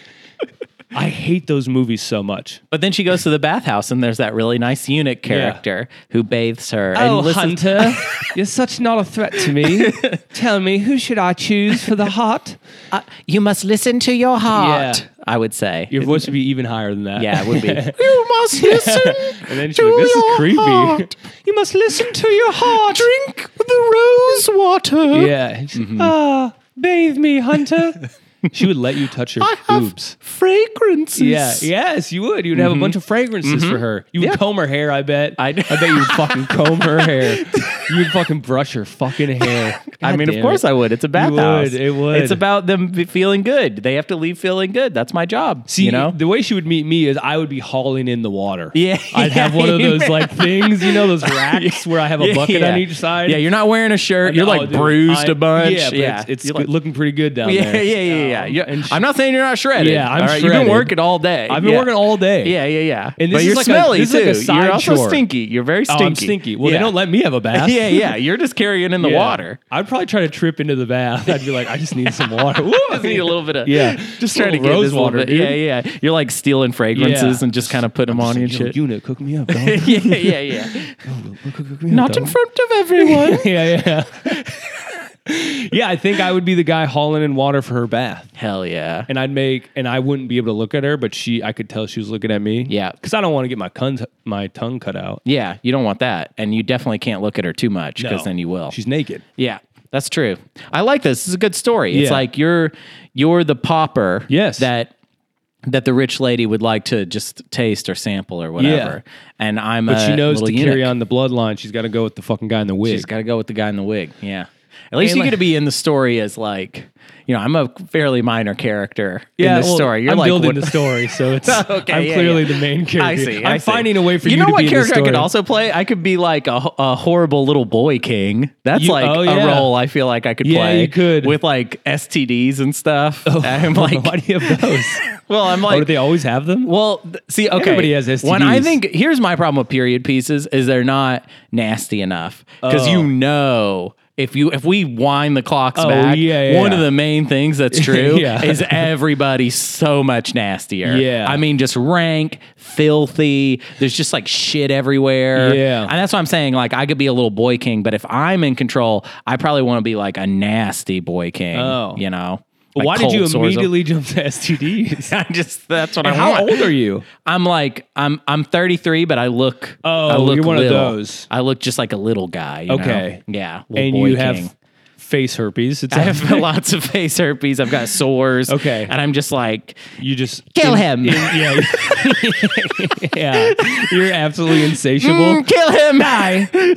S2: I hate those movies so much.
S1: But then she goes to the bathhouse and there's that really nice eunuch character who bathes her. and listens-
S2: Oh, (laughs) Hunter, you're such not a threat to (laughs) me. Tell me, who should I choose for the heart?
S1: Uh, you must listen to your heart,
S2: Yeah.
S1: I would say.
S2: Your voice would be even higher than that. (laughs)
S1: yeah, it would be. you must listen.
S2: And then she's like, this is creepy. You must listen to your heart.
S1: Drink the rose water.
S2: Yeah. Ah, bathe me, Hunter. (laughs) she would let you touch her boobs.
S1: fragrances.
S2: Yeah. Yes, you would. You'd have a bunch of fragrances for her. You would
S1: Mm-hmm. Yeah.
S2: comb her hair, I bet.
S1: I-
S2: bet you would fucking comb
S1: (laughs)
S2: her hair. You would fucking brush her fucking hair.
S1: I
S2: God
S1: mean, of
S2: damn
S1: course
S2: it.
S1: I would. It's a bathhouse.
S2: would, it would.
S1: It's about them be- feeling good. They have to leave feeling good. That's my job.
S2: See,
S1: you know?
S2: the way she would meet me is I would be hauling in the water.
S1: (laughs) Yeah.
S2: I'd have one of those like things, you
S1: (laughs)
S2: know, those racks where I have a
S1: Yeah,
S2: bucket
S1: yeah.
S2: on each side.
S1: Yeah, you're not wearing a shirt. You're
S2: Oh,
S1: like
S2: dude,
S1: bruised
S2: I-
S1: a bunch.
S2: Yeah,
S1: Yeah,
S2: but it's, it's
S1: You're like-
S2: looking pretty good
S1: (laughs)
S2: down
S1: yeah,
S2: there.
S1: yeah, yeah, yeah, yeah.
S2: and sh-
S1: I'm not saying you're not shredded.
S2: Yeah,
S1: all
S2: I'm
S1: You've
S2: shredded.
S1: been working all day.
S2: I've been
S1: Yeah.
S2: working all day.
S1: Yeah, yeah, yeah.
S2: And this
S1: but
S2: is
S1: you're
S2: like a-
S1: smelly
S2: this is
S1: too.
S2: like a side
S1: you're also
S2: chore.
S1: stinky. You're very
S2: Oh,
S1: stinky.
S2: I'm stinky. Well,
S1: Yeah.
S2: they don't let me have
S1: (laughs)
S2: a bath.
S1: yeah, yeah. You're just carrying in the
S2: Yeah.
S1: water.
S2: I'd probably try to trip into the bath. I'd be like, I just need
S1: (laughs)
S2: some water. Ooh,
S1: Just need a
S2: (laughs)
S1: little bit of
S2: Yeah.
S1: Just
S2: A
S1: trying to
S2: little
S1: get
S2: rose
S1: this little
S2: water,
S1: bit-
S2: dude.
S1: Yeah, yeah. You're like stealing fragrances
S2: Yeah.
S1: and just kind of putting them on you and
S2: Yo,
S1: shit.
S2: Una, cook me up.
S1: (laughs)
S2: dog.
S1: yeah, yeah,
S2: (laughs)
S1: yeah.
S2: Cook- cook me up,
S1: Not
S2: (laughs) dog.
S1: in front of
S2: (laughs)
S1: everyone.
S2: yeah, yeah. (laughs) yeah, I think I would be the guy hauling in water for her bath.
S1: Hell yeah.
S2: And I'd make, and I wouldn't be able to look at her, but she, I could tell she was looking at me.
S1: Yeah.
S2: Cause I don't want to get my, cun- my tongue cut out.
S1: Yeah, you don't want that. And you definitely can't look at her too much because
S2: No.
S1: then you will.
S2: She's naked.
S1: Yeah, that's true. I like this. This is a good story.
S2: Yeah.
S1: It's like you're you're the pauper
S2: Yes.
S1: that that the rich lady would like to just taste or sample or whatever. And I'm
S2: But
S1: a
S2: she knows to
S1: Uh, little
S2: carry
S1: eunuch.
S2: on the bloodline. She's got to go with the fucking guy in the wig.
S1: She's got to go with the guy in the wig. Yeah. At least
S2: And
S1: you get
S2: like-
S1: to be in the story as like, you know, I'm a fairly minor character in this
S2: well,
S1: story. You're
S2: I'm
S1: like
S2: building
S1: what- (laughs)
S2: the story, so it's
S1: Okay,
S2: I'm
S1: yeah,
S2: clearly
S1: yeah.
S2: the main character.
S1: I see.
S2: I'm
S1: I see.
S2: finding a way for
S1: you
S2: you,
S1: know
S2: to
S1: what
S2: be
S1: character
S2: in
S1: I
S2: the story.
S1: could
S2: (laughs)
S1: also (laughs) play? I could be like a, ho- a horrible little boy king. That's
S2: You-
S1: like
S2: oh,
S1: a
S2: yeah.
S1: role I feel like I could
S2: Yeah,
S1: play.
S2: you could. Oh,
S1: with like STDs (laughs) and stuff.
S2: (laughs)
S1: I'm like,
S2: why do you have those?
S1: (laughs) well, I'm
S2: oh, do
S1: like,
S2: they always have them?
S1: well, th- see, okay.
S2: Everybody has
S1: When I
S2: STDs.
S1: think here's my problem with period pieces is they're not nasty enough because
S2: Oh.
S1: you know. If you if we wind the clocks
S2: Oh,
S1: back,
S2: yeah, yeah,
S1: one of
S2: yeah.
S1: the main things that's true
S2: (laughs) Yeah.
S1: is everybody's so much nastier.
S2: Yeah.
S1: I mean, just rank, filthy. There's just like shit everywhere.
S2: Yeah.
S1: and that's what I'm saying. Like, I could be a little boy king, but if I'm in control, I probably want to be like a nasty boy king.
S2: Oh.
S1: you know.
S2: Well, why
S1: Like
S2: did you
S1: cold sores of-
S2: immediately jump to (laughs)
S1: (laughs)
S2: STDs?
S1: I just that's what I
S2: How
S1: want.
S2: old are (laughs) you?
S1: I'm like I'm I'm 33, but I look.
S2: Oh,
S1: I look
S2: you're one of
S1: little.
S2: those.
S1: I look just like a little guy. you
S2: Okay.
S1: know? Yeah. little
S2: And
S1: boy
S2: you
S1: king. (laughs)
S2: have face herpes. It's
S1: I
S2: (laughs)
S1: have lots of face herpes. I've got sores.
S2: Okay.
S1: And I'm just like,
S2: you just
S1: (laughs) Kill him.
S2: yeah, (laughs) yeah. You're absolutely insatiable.
S1: "Mm, kill him. I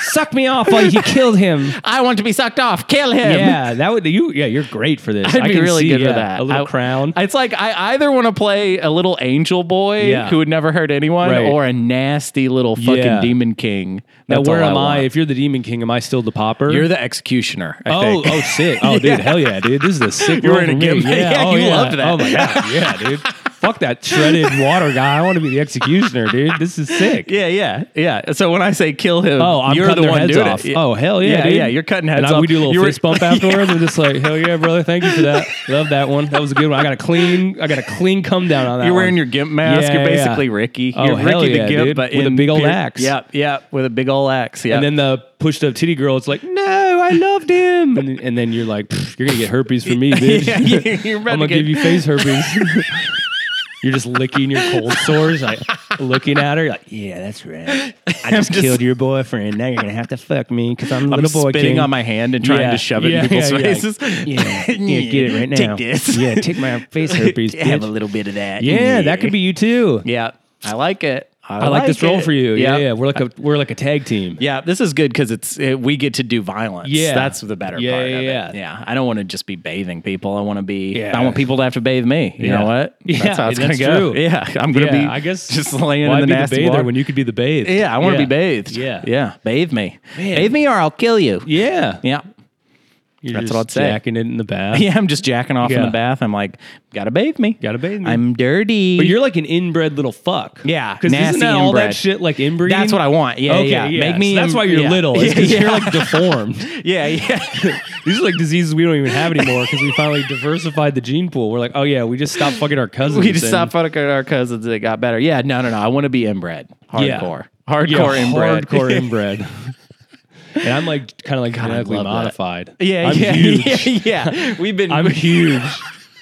S2: Suck me off like you killed him.
S1: (laughs) I want to be sucked off. Kill him.
S2: (laughs) Yeah, that would you. Yeah, you're great for
S1: (laughs)
S2: this.
S1: I'd
S2: I
S1: be
S2: can
S1: really
S2: see,
S1: good
S2: yeah,
S1: for that.
S2: A little
S1: I-
S2: crown.
S1: It's like I either want to play a little angel boy
S2: Yeah.
S1: who would never hurt anyone,
S2: Right.
S1: or a nasty little fucking
S2: Yeah.
S1: demon king.
S2: now,
S1: That's
S2: where
S1: all
S2: am I?
S1: want.
S2: If you're the demon king, am I still the popper?
S1: You're the executioner. I
S2: Oh,
S1: think.
S2: oh,
S1: (laughs)
S2: sick! Oh, dude, hell yeah, dude! This is the sick.
S1: You were
S2: role
S1: in
S2: for
S1: a
S2: me.
S1: (laughs) gimp. Yeah,
S2: oh,
S1: you loved that.
S2: Oh my god, yeah, dude! Fuck
S1: (laughs)
S2: that shredded water guy. I want to be the executioner, dude. This is sick.
S1: Yeah, yeah, yeah. So when I say kill him,
S2: Oh, I'm
S1: you're the
S2: cutting their
S1: one
S2: heads
S1: doing
S2: off.
S1: it.
S2: Oh, hell yeah,
S1: yeah,
S2: dude.
S1: yeah. You're cutting heads
S2: and I,
S1: off.
S2: we do a little
S1: You were-
S2: fist
S1: (laughs)
S2: bump afterwards. We're just like, hell yeah, brother! Thank you for that. Love that one. That was a good one. I got a clean. I got a clean come down on that.
S1: You're wearing
S2: one.
S1: your gimp mask.
S2: Yeah,
S1: you're
S2: yeah, yeah.
S1: basically Ricky.
S2: Oh,
S1: you're
S2: hell
S1: Ricky
S2: yeah,
S1: the gimp,
S2: dude.
S1: but
S2: With a
S1: in
S2: big ol'
S1: peri-
S2: axe.
S1: Yep, yep. With a big old axe. Yeah.
S2: And then the pushed up titty girl is like, no, I loved him. And, and then you're like, "Pfft, you're gonna get herpes from me,
S1: (laughs)
S2: bitch.
S1: Yeah, you- you're about
S2: I'm
S1: to
S2: gonna
S1: get-
S2: give you face herpes. (laughs) you're just licking your cold sores, like looking at her, like, yeah, that's right. (laughs) I just,
S1: just-
S2: killed your boyfriend. Now you're gonna have to fuck me because I'm the
S1: I'm
S2: little boy
S1: spitting
S2: king.
S1: on my hand and trying
S2: Yeah,
S1: to shove it
S2: yeah,
S1: in people's
S2: yeah, yeah.
S1: faces.
S2: yeah,
S1: (laughs)
S2: yeah, get it right
S1: Take
S2: now.
S1: this. (laughs)
S2: Yeah, take my face herpes.
S1: Have a
S2: bitch.
S1: little bit of that.
S2: Yeah, that could be you too.
S1: Yeah, I like it.
S2: I like, this role
S1: it.
S2: for you. Yeah,
S1: Yep.
S2: yeah, we're like a we're like a tag team.
S1: Yeah, this is good because it's it, we get to do violence.
S2: Yeah.
S1: that's the better
S2: Yeah,
S1: part.
S2: yeah,
S1: of
S2: yeah.
S1: It. yeah. I don't want to just be bathing people. I want to be.
S2: Yeah.
S1: I want people to have to bathe me. You
S2: Yeah.
S1: know what?
S2: (laughs) Yeah,
S1: that's how it's gonna
S2: that's
S1: go.
S2: true.
S1: Yeah, I'm gonna
S2: Yeah,
S1: be.
S2: I guess
S1: (laughs) just laying
S2: Why
S1: in the
S2: be
S1: nasty
S2: the bather
S1: water.
S2: when you could be the bathed?
S1: yeah, I want to be bathed.
S2: Yeah.
S1: yeah, bathe me.
S2: Man.
S1: Bathe me or I'll kill you.
S2: Yeah.
S1: Yeah,
S2: You're
S1: That's
S2: just
S1: what I'd say.
S2: Jacking it in the bath.
S1: yeah. (laughs) I'm just jacking off in
S2: Yeah.
S1: the bath. I'm like, gotta bathe me.
S2: Gotta bathe me.
S1: I'm dirty.
S2: But you're like an inbred little fuck.
S1: Yeah,
S2: Because isn't
S1: nasty
S2: that all
S1: inbred.
S2: that shit like inbreeding?
S1: That's what I want. Yeah,
S2: okay,
S1: yeah.
S2: yeah.
S1: Make me.
S2: So that's
S1: im-
S2: why you're
S1: yeah. (laughs)
S2: little.
S1: Yeah,
S2: Because
S1: yeah,
S2: you're like
S1: (laughs)
S2: deformed.
S1: yeah,
S2: (laughs)
S1: yeah.
S2: These are like diseases we don't even have anymore because we finally diversified the gene pool. We're like, oh yeah, we just stopped fucking our cousins.
S1: we just
S2: and-
S1: stopped fucking our cousins. It got better. Yeah, no, no, no. I want to be inbred.
S2: Yeah.
S1: Hardcore.
S2: Yeah,
S1: Hardcore inbred. (laughs)
S2: Hardcore inbred. and I'm like kind of like genetically
S1: love that.
S2: modified.
S1: Yeah,
S2: I'm
S1: yeah, (laughs)
S2: huge.
S1: yeah, yeah. We've been. (laughs)
S2: I'm huge.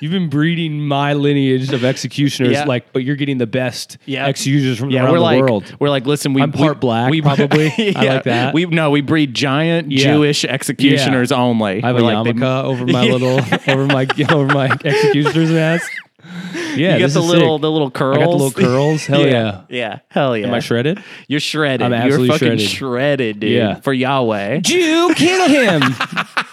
S2: You've been breeding my lineage of executioners,
S1: Yeah.
S2: like, but you're getting the best
S1: Yeah.
S2: executioners from
S1: yeah,
S2: around
S1: we're
S2: the
S1: like
S2: world.
S1: we're like. Listen, we
S2: I'm part
S1: we-
S2: black,
S1: We
S2: probably. (laughs)
S1: (laughs)
S2: I like that.
S1: We no, we breed giant
S2: Yeah.
S1: Jewish executioners only.
S2: I have
S1: We're
S2: a
S1: like, they- (laughs)
S2: yarmulke over my little, (laughs) over my, over my executioner's ass. Yeah,
S1: You got
S2: this
S1: the
S2: is
S1: little
S2: sick.
S1: the little curls. (laughs)
S2: I got the little curls. Hell yeah.
S1: yeah, hell yeah.
S2: Am
S1: (laughs)
S2: I shredded?
S1: You're shredded.
S2: I'm
S1: You're
S2: absolutely
S1: fucking shredded,
S2: shredded.
S1: dude.
S2: Yeah.
S1: For Yahweh.
S2: Jew, kill him!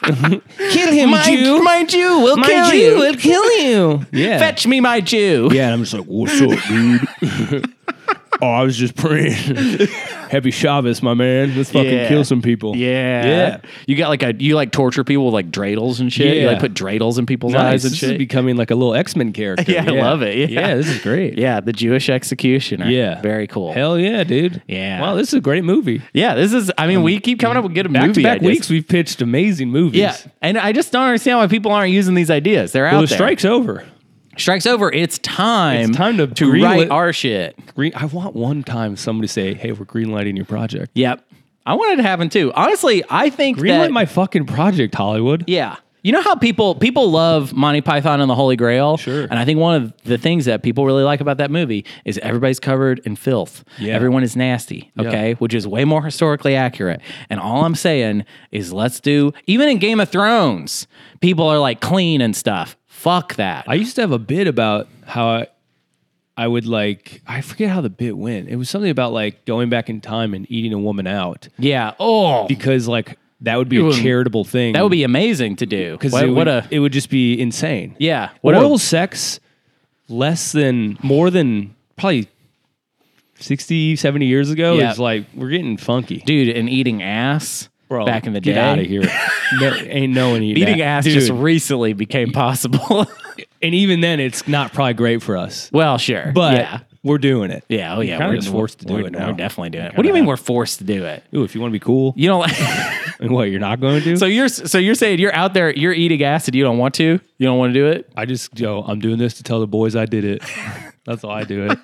S2: kill him,
S1: my Jew will kill you.
S2: kill
S1: (laughs)
S2: you. Yeah.
S1: Fetch me my Jew.
S2: (laughs) Yeah, and I'm just like, what's up, dude? (laughs) oh, I was just praying. (laughs) Happy Shabbos, my man. Let's fucking
S1: Yeah.
S2: kill some
S1: (laughs)
S2: people.
S1: Yeah.
S2: Yeah.
S1: You got like a you like torture people with like dreidels and shit. You
S2: Yeah.
S1: like put dreidels in people's eyes
S2: Nice.
S1: and
S2: This
S1: shit.
S2: is becoming like a little X Men character.
S1: (laughs) Yeah, I love it. Yeah.
S2: Yeah, this is great.
S1: yeah, the Jewish executioner.
S2: Yeah.
S1: Very cool.
S2: Hell yeah, dude.
S1: Yeah.
S2: Wow, this is a great movie.
S1: yeah, this is I mean, we keep coming up with good
S2: Back
S1: movie
S2: to back
S1: ideas.
S2: weeks, we've pitched amazing movies.
S1: Yeah. And I just don't understand why people aren't using these ideas. They're
S2: Well,
S1: out
S2: the
S1: there.
S2: strike's over.
S1: Strike's over. It's time
S2: It's time to
S1: to
S2: greenlit-
S1: write our shit.
S2: Green, I want one time somebody to say, hey, we're greenlighting your project.
S1: Yep. I wanted to happen too. Honestly, I think that
S2: Greenlight my fucking project, Hollywood.
S1: Yeah. You know how people people love Monty Python and the Holy Grail?
S2: Sure.
S1: And I think one of the things that people really like about that movie is everybody's covered in filth.
S2: Yeah.
S1: Everyone is nasty, okay? Which is way more historically accurate. And all I'm saying is let's do even in Game of Thrones, people are like clean and stuff. Fuck that.
S2: I used to have a bit about how I, I would like I forget how the bit went. It was something about like going back in time and eating a woman out
S1: yeah. Oh.
S2: because like That would be
S1: It
S2: a
S1: would-
S2: charitable thing.
S1: That would be amazing to do.
S2: because
S1: What,
S2: it,
S1: what
S2: would-
S1: a
S2: it would just be insane.
S1: yeah. What
S2: What
S1: a
S2: oral sex less than more than probably 60, 70 years ago
S1: Yeah.
S2: is like we're getting funky.
S1: dude and eating ass back in the day.
S2: Get out of here. (laughs) no, ain't no one eating,
S1: Eating
S2: that.
S1: ass
S2: Dude,
S1: just recently became possible. (laughs)
S2: and even then it's not probably great for us.
S1: well, sure,
S2: But
S1: yeah,
S2: we're doing it.
S1: yeah, oh yeah,
S2: kinda
S1: we're
S2: just forced to do
S1: we're-
S2: it now.
S1: We're definitely doing it. What do you mean we're forced to do it?
S2: Ooh, if you want to be cool.
S1: You don't. (laughs) Like,
S2: And what, you're not going to?
S1: so you're so you're saying you're out there, you're eating ass and you don't want to. You don't want to do it.
S2: I just yo, I'm doing this to tell the boys I
S1: (laughs)
S2: did it. That's all I do it.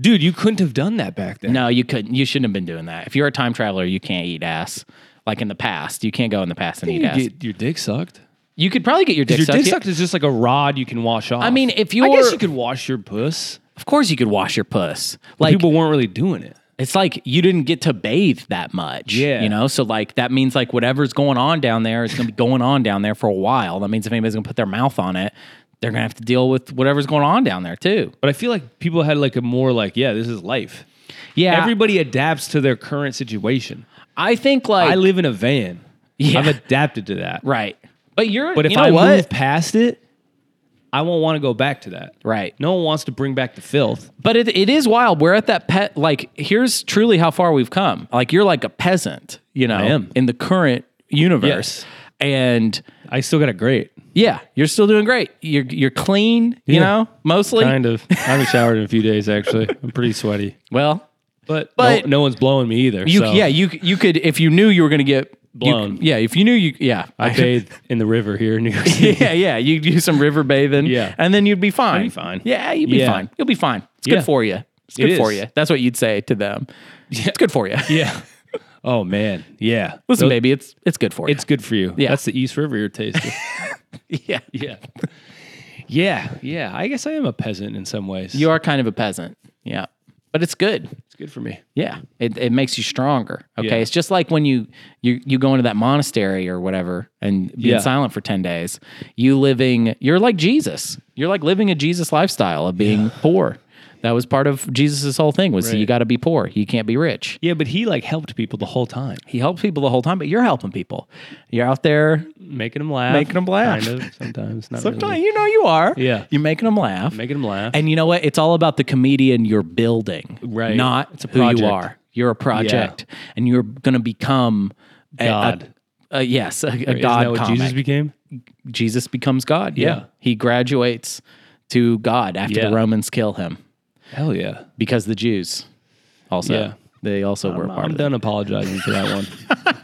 S2: Dude, you couldn't have done that back then.
S1: No, you couldn't. You shouldn't have been doing that. If you're a time traveler, you can't eat ass. Like in the past, you can't go in the past and eat
S2: You
S1: ass.
S2: get your dick sucked.
S1: you could probably get your dick
S2: Your
S1: sucked.
S2: dick
S1: yeah.
S2: sucked is just like a rod you can wash off.
S1: I mean, if
S2: I guess
S1: you're-
S2: you could wash your puss.
S1: Of course, you could wash your puss. Like
S2: People weren't really doing it.
S1: it's like you didn't get to bathe that much.
S2: Yeah.
S1: You know, so like that means like whatever's going on down there is gonna be going on down there for a while. That means if anybody's gonna put their mouth on it, they're gonna have to deal with whatever's going on down there too.
S2: But I feel like people had like a more like, yeah, this is life.
S1: Yeah.
S2: Everybody adapts to their current situation.
S1: I think like
S2: I live in a van.
S1: Yeah.
S2: I've adapted to that.
S1: right. But you're
S2: But if
S1: you know
S2: I
S1: what?
S2: move past it, I won't want to go back to that.
S1: Right.
S2: No one wants to bring back the filth.
S1: But it, it is wild. We're at that pet. Like, here's truly how far we've come. Like, you're like a peasant, you know,
S2: am.
S1: in the current universe.
S2: Yes.
S1: And
S2: I still got a great.
S1: yeah, you're still doing great. You're you're clean, you
S2: Yeah.
S1: know, mostly.
S2: Kind of. I haven't showered in a few days actually. I'm pretty sweaty.
S1: Well,
S2: But,
S1: But-
S2: no, no one's blowing me either.
S1: you
S2: so
S1: yeah you you could if you knew you were gonna get you-
S2: Blown.
S1: yeah, if you knew you yeah.
S2: I bathe in the river here in
S1: (laughs)
S2: New York City.
S1: yeah, yeah. You do some river bathing.
S2: Yeah.
S1: And then you'd be fine.
S2: be fine.
S1: Yeah, you'd be
S2: Yeah.
S1: fine. You'll be fine. It's
S2: Yeah.
S1: good for you. It's
S2: It
S1: good for
S2: is.
S1: you. That's what you'd say to them. It's good for you.
S2: Yeah. Oh man. Yeah.
S1: (laughs) Listen,
S2: Those-
S1: baby, it's it's good for you.
S2: It's good for you.
S1: Yeah.
S2: That's the East River you're tasting.
S1: (laughs) yeah.
S2: (laughs) yeah. Yeah. Yeah. I guess I am a peasant in some ways.
S1: You are kind of a peasant. Yeah. But it's good.
S2: it's good for me.
S1: Yeah. It, it makes you stronger. Okay.
S2: Yeah.
S1: It's just like when you, you you go into that monastery or whatever and being
S2: Yeah.
S1: silent for 10 days. You living you're like Jesus. You're like living a Jesus lifestyle of being poor. That was part of Jesus' whole thing was you
S2: Right.
S1: got to be poor. You can't be rich.
S2: Yeah, but he like helped people the whole time,
S1: He helps people the whole time, but you're helping people. You're out there.
S2: making them laugh,
S1: Making 'em laugh.
S2: kind of sometimes, not
S1: Sometimes
S2: really.
S1: you know you are.
S2: Yeah.
S1: You're making them laugh.
S2: making them laugh.
S1: And you know what? It's all about the comedian you're building,
S2: Right.
S1: Not
S2: It's a
S1: who you
S2: project.
S1: are. You're a project, and you're going to become a, a-
S2: God.
S1: a- yes, a, a
S2: Isn't
S1: God.
S2: that what
S1: comic.
S2: Jesus
S1: Jesus,
S2: became?
S1: becomes God. Yeah.
S2: Yeah.
S1: he graduates to God after
S2: Yeah.
S1: the Romans kill him
S2: Hell yeah.
S1: because the Jews also
S2: Yeah.
S1: they also were a
S2: I'm,
S1: part
S2: I'm
S1: of
S2: done apologizing for that (laughs) one.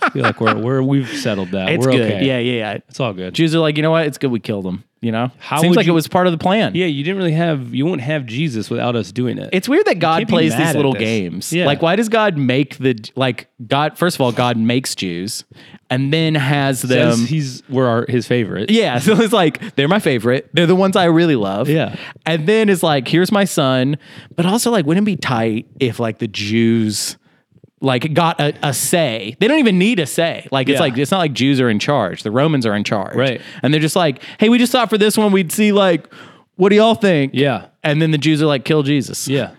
S2: I feel like we're, we're we've settled that.
S1: it. It's
S2: we're
S1: good.
S2: okay.
S1: Yeah, yeah, yeah.
S2: It's all good.
S1: Jews are like, you know what? It's good we killed him. You know,
S2: How
S1: seems
S2: would
S1: like it
S2: you-
S1: was part of the plan.
S2: yeah, you didn't really have you won't have Jesus without us doing it.
S1: It's weird that God
S2: can't be
S1: plays
S2: mad
S1: these
S2: at
S1: little
S2: this.
S1: games.
S2: Yeah.
S1: Like, why does God make the like God? First of all, God makes Jews, and then has them.
S2: Says he's we're our, his
S1: (laughs)
S2: favorite.
S1: yeah, so it's like they're my favorite. They're the ones I really love.
S2: Yeah.
S1: and then it's like here's my son, but also like wouldn't it be tight if like the Jews like got a, a say? They don't even need a say. Like it's
S2: Yeah.
S1: like it's not like Jews are in charge. The Romans are in charge.
S2: Right.
S1: and they're just like, hey, we just thought for this one we'd see like, what do y'all think?
S2: Yeah.
S1: and then the Jews are like, kill Jesus.
S2: Yeah.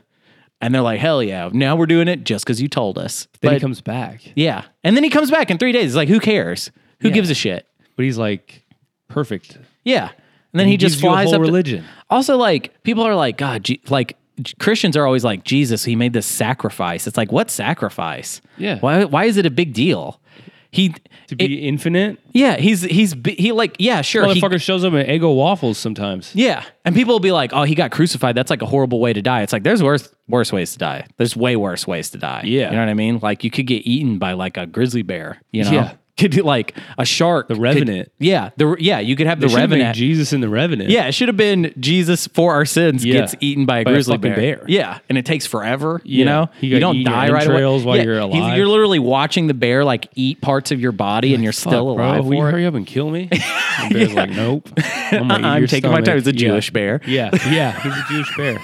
S1: And they're like, hell yeah, now we're doing it just because you told us.
S2: Then he
S1: But-
S2: comes back.
S1: yeah. And then he comes back in three days. It's like, who cares? Who gives a shit?
S2: But he's like perfect.
S1: Yeah. And then he, just
S2: gives you a
S1: flies
S2: whole
S1: up. to-
S2: religion.
S1: also, like, people are like, God, Je- like, J- Christians are always like, Jesus, he made this sacrifice. It's like, what sacrifice?
S2: Yeah.
S1: Why, why is it a big deal? He,
S2: To be infinite.
S1: yeah, he's, he's, bi- he, like, yeah, sure. He,
S2: Motherfucker shows up in Eggo waffles sometimes.
S1: yeah. And people will be like, oh, he got crucified. That's like a horrible way to die. It's like, there's worse, worse ways to die. There's way worse ways to die.
S2: Yeah.
S1: You know what I mean? Like, you could get eaten by like a grizzly bear, you know?
S2: Yeah.
S1: (laughs) Could like a shark. The
S2: Revenant.
S1: yeah. The, yeah. You could have the
S2: They should've made
S1: revenant.
S2: Jesus in the Revenant.
S1: yeah. It should have been Jesus for our sins
S2: Yeah.
S1: gets eaten by a
S2: By a
S1: grizzly
S2: fucking
S1: bear.
S2: bear.
S1: Yeah. And it takes forever, you
S2: Yeah.
S1: know?
S2: You
S1: you
S2: gotta
S1: don't
S2: eat your
S1: die right away.
S2: entrails while you're
S1: He's-
S2: alive.
S1: You're literally watching the bear like eat parts of your body and you're
S2: Fuck,
S1: still alive.
S2: Bro, will you
S1: for it.
S2: hurry up and
S1: (laughs)
S2: kill me? And Bear's like, nope. I'm, gonna eat
S1: I'm
S2: your
S1: taking my time.
S2: stomach.
S1: It's a
S2: Yeah.
S1: Jewish bear.
S2: Yeah, yeah. He's a Jewish bear.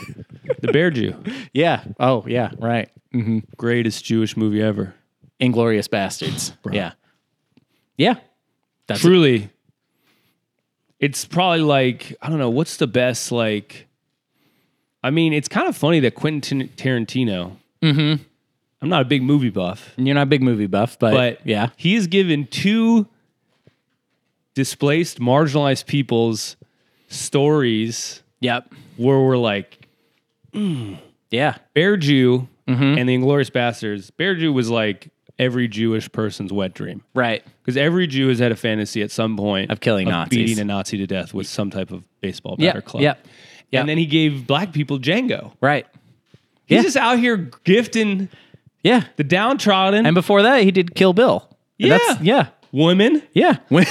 S2: The
S1: (laughs)
S2: Bear Jew.
S1: Yeah. Oh, yeah. Right.
S2: Greatest Jewish movie ever.
S1: Inglorious Bastards. Yeah. Yeah. That's it.
S2: Truly. It's probably like, I don't know, what's the best,
S1: Mm-hmm.
S2: like, I mean, it's kind of funny that Quentin Tar- Tarantino, I'm not a big movie buff,
S1: You're not a big movie buff, but,
S2: but
S1: yeah.
S2: he has given two displaced, marginalized people's stories
S1: Yep.
S2: where we're like,
S1: Yeah.
S2: Bear Jew
S1: Mm-hmm.
S2: and the Inglorious Bastards. Bear Jew was like every Jewish person's wet dream
S1: Right.
S2: because every Jew has had a fantasy at some point
S1: Of killing Nazis.
S2: beating a Nazi to death with some type of baseball bat
S1: Yep,
S2: or club.
S1: yep, yep.
S2: And then he gave black people Django.
S1: Right.
S2: He's
S1: Yeah.
S2: just out here gifting
S1: Yeah.
S2: the downtrodden
S1: And before that, he did Kill Bill.
S2: Yeah.
S1: That's, yeah.
S2: women.
S1: Yeah. (laughs) When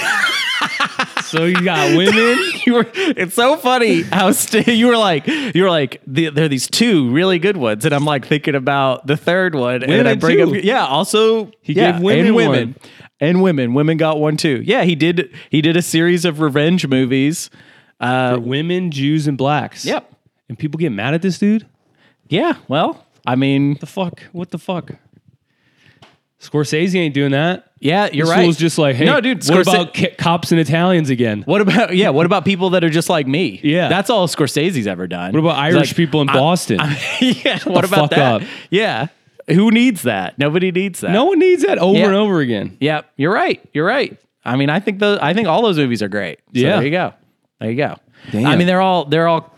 S2: So you
S1: (laughs)
S2: got women.
S1: you were, it's so funny how st- you were like, you were like, the, there are these two really good ones, and I'm like thinking about the third one,
S2: Women
S1: and I bring
S2: too.
S1: up, yeah. Also, he
S2: gave women
S1: and
S2: one.
S1: women and women, women got one too. Yeah, he did. He did a series of revenge movies.
S2: For women, Jews, and blacks.
S1: Uh, Yep.
S2: And people get mad at this dude?
S1: Yeah. Well, I mean,
S2: The fuck? What the fuck? Scorsese ain't doing that.
S1: yeah, you're
S2: This
S1: right.
S2: fool's just like, hey,
S1: no, dude.
S2: what
S1: Scorsese-
S2: about ca- cops and Italians again?
S1: What about yeah? What about people that are just like me?
S2: Yeah.
S1: that's all Scorsese's ever done.
S2: What about
S1: He's
S2: Irish
S1: like,
S2: people in Boston?
S1: (laughs) yeah, what
S2: the fuck
S1: about that?
S2: up.
S1: Yeah, who needs that? Nobody needs that.
S2: (laughs) no one needs that over
S1: Yeah.
S2: and over again.
S1: Yeah, you're right. You're right. I mean, I think the I think all those movies are great. So
S2: Yeah.
S1: there you go. There you go.
S2: Damn.
S1: I mean, they're all they're all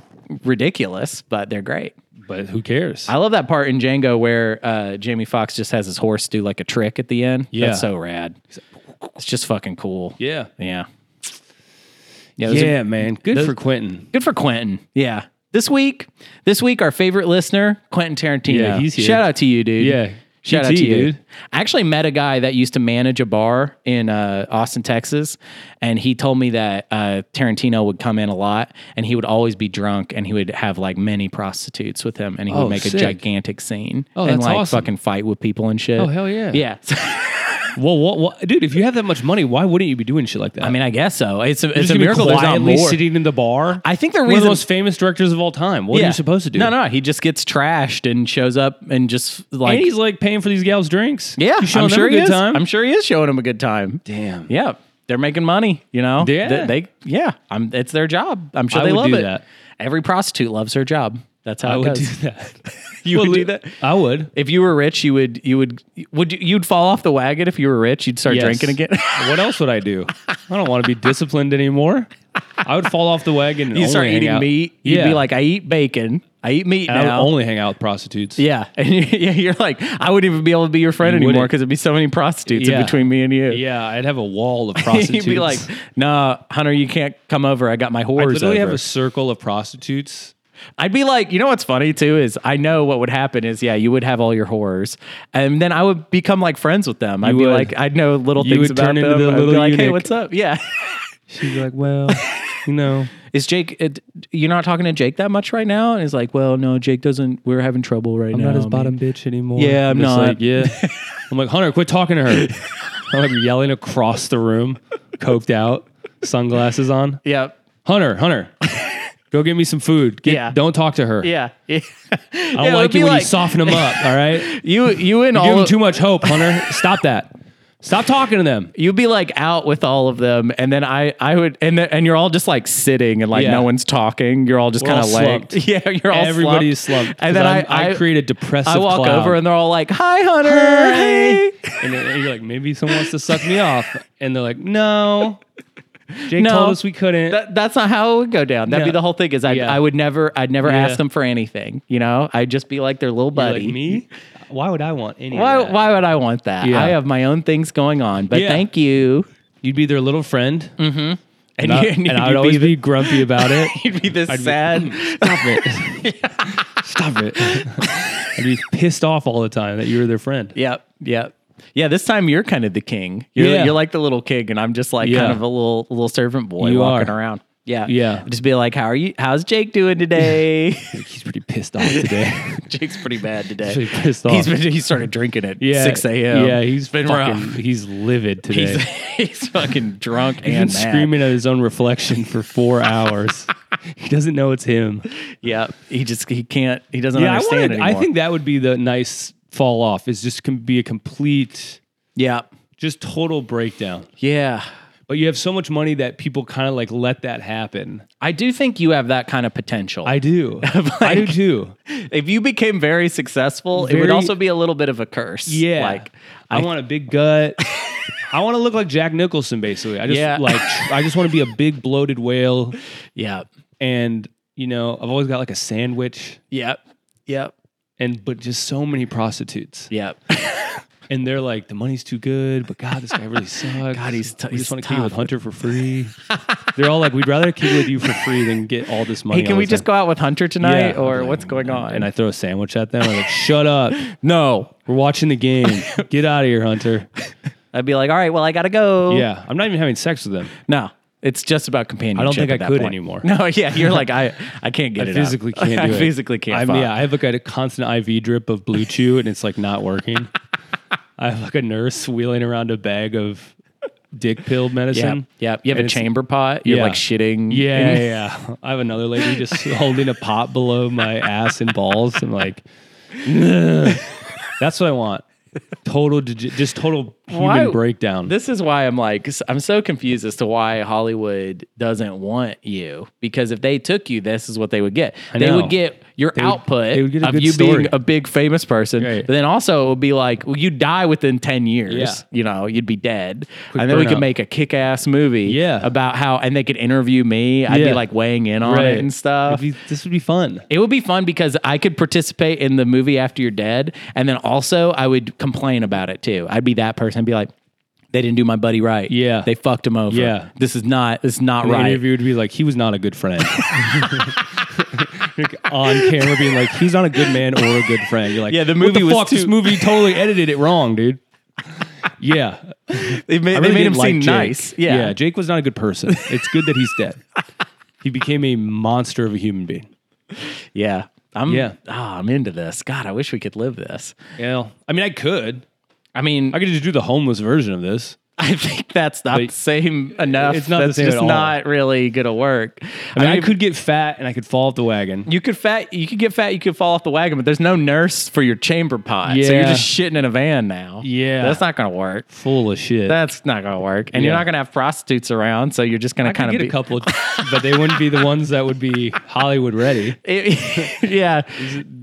S1: ridiculous, but they're great.
S2: But who cares?
S1: I love that part in Django where uh, Jamie Foxx just has his horse do like a trick at the end.
S2: Yeah.
S1: That's so rad. It's just fucking cool.
S2: yeah.
S1: Yeah. Yeah, those are
S2: Yeah, man. Good
S1: those-
S2: for Quentin.
S1: Good for Quentin. Yeah. This week, this week, our favorite listener, Quentin Tarantino.
S2: Yeah, he's here.
S1: Shout out to you, dude.
S2: Yeah.
S1: Shout out
S2: GT,
S1: to you,
S2: dude.
S1: dude. I actually met a guy that used to manage a bar in uh, Austin, Texas, and he told me that uh, Tarantino would come in a lot, and he would always be drunk, and he would have like many prostitutes with him, and he
S2: Oh,
S1: would make
S2: sick.
S1: a gigantic scene,
S2: Oh,
S1: and
S2: that's
S1: like
S2: awesome.
S1: fucking fight with people and shit.
S2: Oh, hell yeah.
S1: yeah. (laughs)
S2: Well, what, what, dude, if you have that much money, why wouldn't you be doing shit like that?
S1: I mean, I guess so. It's a, it's
S2: just
S1: a
S2: gonna be
S1: miracle. There's not
S2: quietly
S1: more.
S2: sitting in the bar.
S1: I think the
S2: One of the
S1: reason
S2: most famous directors of all time. What are
S1: Yeah.
S2: you supposed to do?
S1: No, no, he just gets trashed and shows up and just like
S2: and he's like paying for these gals drinks.
S1: yeah,
S2: He's showing
S1: I'm
S2: them
S1: sure
S2: a
S1: he
S2: good
S1: is.
S2: time.
S1: I'm sure he is showing him a good time.
S2: Damn.
S1: Yeah, they're making money. You know,
S2: Yeah.
S1: Th- they, yeah, I'm. It's their job. I'm sure
S2: I
S1: they
S2: would
S1: love
S2: do
S1: it.
S2: that.
S1: Every prostitute loves her job. That's how
S2: I
S1: it
S2: would
S1: goes.
S2: do
S1: (laughs)
S2: that.
S1: You would
S2: Well,
S1: do that.
S2: I would.
S1: If you were rich, you would you would would you, you'd fall off the wagon if you were rich. You'd start
S2: Yes.
S1: drinking again.
S2: (laughs) what else would I do? I don't want to be disciplined anymore. I would fall off the wagon. And
S1: you
S2: only
S1: start
S2: hang
S1: eating
S2: out.
S1: meat. You'd
S2: Yeah.
S1: be like, I eat bacon. I eat meat
S2: I would
S1: now.
S2: only hang out with prostitutes.
S1: Yeah, (laughs) and you- yeah, you're like, I wouldn't even be able to be your friend
S2: You
S1: anymore
S2: wouldn't.
S1: because there'd be so many prostitutes
S2: Yeah.
S1: in between me and you.
S2: Yeah, I'd have a wall of prostitutes.
S1: (laughs) You'd be like, Nah, Hunter, you can't come over. I got my
S2: I
S1: whores
S2: literally
S1: over.
S2: have a circle of prostitutes.
S1: I'd be like, you know what's funny too is I know what would happen is yeah, you would have all your whores, and then I would become like friends with them. I'd be
S2: would.
S1: like, I'd know little
S2: You
S1: things
S2: would
S1: about
S2: turn into
S1: them.
S2: the
S1: I'd
S2: little
S1: be like, hey,
S2: eunuch.
S1: what's up? Yeah,
S2: She'd be like, well, you know,
S1: (laughs) is Jake? It, you're not talking to Jake that much right now, and he's like, well, no, Jake doesn't. We're having trouble right
S2: I'm
S1: now.
S2: not (laughs) his
S1: man."
S2: bottom bitch anymore.
S1: Yeah, I'm
S2: just
S1: not.
S2: Like, yeah. (laughs) I'm like, Hunter, quit talking to (laughs) her. I'm like yelling across the room, coked out, sunglasses on.
S1: Yeah,
S2: Hunter, Hunter, go get me some food. Get,
S1: Yeah.
S2: Don't talk to her.
S1: yeah. (laughs) I
S2: I don't like you when you soften them up.
S1: (laughs)
S2: All right.
S1: You you and
S2: Give
S1: all
S2: them
S1: of-
S2: too much hope, Hunter. Stop that. Stop talking to them.
S1: you'd be like out with all of them and then i i would and then and you're all just like sitting and like
S2: Yeah.
S1: no one's talking you're all just
S2: We're
S1: kind of
S2: all
S1: like (laughs)
S2: slumped.
S1: yeah you're all
S2: Everybody's slumped.
S1: and then
S2: 'cause
S1: i
S2: I'm- I,
S1: i,
S2: create a depressive
S1: I walk
S2: cloud.
S1: over
S2: (laughs)
S1: and they're all like hi hunter hey.
S2: and then you're like, maybe someone wants to suck me off. And they're like, no. Jake
S1: No.
S2: told us we couldn't.
S1: That, that's not how it would go down that'd
S2: No.
S1: be the whole thing is I,
S2: Yeah.
S1: I would never i'd never
S2: Yeah.
S1: ask them for anything you know i'd just be like their little
S2: You're
S1: buddy
S2: like me? Why would I want any?
S1: why,
S2: of that?
S1: why would i want that
S2: Yeah.
S1: i have my own things going on but
S2: Yeah.
S1: thank you
S2: You'd be their little friend, and,
S1: (laughs) and,
S2: I,
S1: you, and
S2: and I
S1: you'd
S2: would always
S1: be,
S2: be grumpy about it.
S1: (laughs) you'd be this
S2: (clears throat)
S1: sad
S2: (laughs) Stop it!
S1: (laughs)
S2: Stop it! (laughs) I'd be pissed off all the time that you were their friend.
S1: Yep. Yep. Yeah, this time you're kind of the king. You're,
S2: Yeah.
S1: you're like the little king, and I'm just like
S2: Yeah.
S1: kind of a little little servant boy
S2: You
S1: walking
S2: are.
S1: around. Yeah.
S2: Yeah.
S1: Just be like, how are you? How's Jake doing
S2: (laughs)
S1: today? (laughs)
S2: He's pretty pissed off today. (laughs)
S1: Jake's pretty bad today.
S2: pretty pissed off.
S1: He's been he started drinking at
S2: yeah,
S1: 6 a.m.
S2: Yeah, he's
S1: been
S2: fucking,
S1: rough.
S2: He's livid
S1: (laughs)
S2: today.
S1: He's,
S2: He's,
S1: he's fucking drunk
S2: been
S1: and mad.
S2: screaming at his own reflection
S1: (laughs)
S2: for four hours. he doesn't know it's him.
S1: Yeah. He just he can't. He doesn't
S2: Yeah, I
S1: understand
S2: wanted, I
S1: anymore.
S2: think that would be the nice fall off. Is just can be a complete,
S1: Yeah.
S2: just total breakdown.
S1: Yeah.
S2: But you have so much money that people kind of like let that happen.
S1: I do think you have that kind of potential.
S2: I (laughs) do. I do
S1: Like-
S2: too.
S1: if you became very successful, it would
S2: Very-
S1: also be a little bit of a curse.
S2: Yeah.
S1: Like
S2: I, want a big gut. I want to look like Jack Nicholson basically. I just
S1: Yeah. (laughs)
S2: like I just want to be a big bloated whale
S1: yeah.
S2: and you know, I've always got like a sandwich
S1: Yep. Yep.
S2: and but just so many prostitutes.
S1: (laughs) Yep.
S2: And they're like, the money's too good, but God, this
S1: (laughs)
S2: guy really sucks.
S1: God, he's t-
S2: we just
S1: he's
S2: want to keep with
S1: tough."
S2: Hunter for free. they're all like, we'd rather keep with you for free than get all this money.
S1: hey, can
S2: all
S1: we
S2: the
S1: just go
S2: time."
S1: out with Hunter tonight
S2: Yeah.
S1: or
S2: Like,
S1: what's going on?
S2: And I throw a sandwich at them. I'm like, shut up.
S1: no.
S2: We're watching the (laughs) game. Get out of here, Hunter.
S1: I'd be like, all right, well, I gotta go.
S2: Yeah, I'm not even having sex with them.
S1: No. It's just about companionship.
S2: I don't think
S1: at
S2: I
S1: that
S2: could
S1: point.
S2: anymore.
S1: (laughs) No, yeah, you're like I, I can't get
S2: I
S1: it.
S2: physically
S1: (laughs) up.
S2: can't do
S1: I
S2: it.
S1: physically can't.
S2: I'm-
S1: fuck.
S2: yeah, I have like a constant IV drip of Blue Chew, and it's like not (laughs) working. I have like a nurse wheeling around a bag of dick pill
S1: yeah,
S2: medicine.
S1: yeah. You have a
S2: And it's-
S1: chamber pot. You're
S2: yeah.
S1: like shitting.
S2: Yeah, yeah, yeah. I have another
S1: (laughs)
S2: lady just holding a pot below my ass and balls. I'm like, "Ugh." that's what I want. Total, digi- just total human
S1: Why-
S2: breakdown.
S1: This is why I'm like I'm so confused as to why Hollywood doesn't want you because if they took you, this is what they would get. They
S2: know.
S1: would get your output
S2: they would get a
S1: of
S2: good
S1: you
S2: story.
S1: being a big famous person,
S2: Right.
S1: but then also it would be like well, you die within ten years.
S2: Yeah.
S1: You know, you'd be dead, and then we
S2: burnout.
S1: could make a kick-ass movie
S2: Yeah.
S1: about how, and they could interview me. I'd be
S2: Yeah.
S1: like weighing in on
S2: Right.
S1: it and stuff.
S2: It'd be- this would be fun.
S1: It would be fun because I could participate in the movie after you're dead, and then also I would complain about it too. I'd be that person. I'd be like, "They didn't do my buddy right.
S2: Yeah.
S1: they fucked him over.
S2: Yeah.
S1: this is not. This is not
S2: The
S1: right.
S2: interview would be like, he was not a
S1: (laughs)
S2: good friend. Like, on camera, being like, he's not a good man or a good friend. You're like,
S1: Yeah, the
S2: "What
S1: movie was
S2: fuck? this
S1: too-
S2: movie totally edited it
S1: (laughs)
S2: wrong, dude. Yeah, I
S1: They made, they
S2: really
S1: made
S2: didn't
S1: him
S2: like
S1: seem
S2: Jake.
S1: nice. Yeah,
S2: yeah, Jake was not a good person. It's good that he's
S1: (laughs)
S2: dead. He became a monster of a human being.
S1: yeah. I'm
S2: Yeah.
S1: ah, I'm into this. God, I wish we could live this.
S2: Yeah, I mean, I could,
S1: I mean,
S2: I could just do the homeless version of this.
S1: (laughs) I think that's not the same enough.
S2: it's not the
S1: that's
S2: same
S1: just
S2: at all.
S1: not really gonna work.
S2: I mean, I, could get fat and I could fall off the wagon.
S1: You could fat. You could get fat. You could fall off the wagon, but there's no nurse for your chamber pot. So you're
S2: Yeah.
S1: just shitting in a van now.
S2: Yeah.
S1: that's not gonna work.
S2: Full of shit.
S1: That's not gonna work. And you're
S2: Yeah.
S1: not gonna have prostitutes around, so you're just gonna
S2: I could
S1: kind of
S2: get
S1: be.
S2: a couple, but they wouldn't be the ones that would be Hollywood ready.
S1: (laughs) yeah,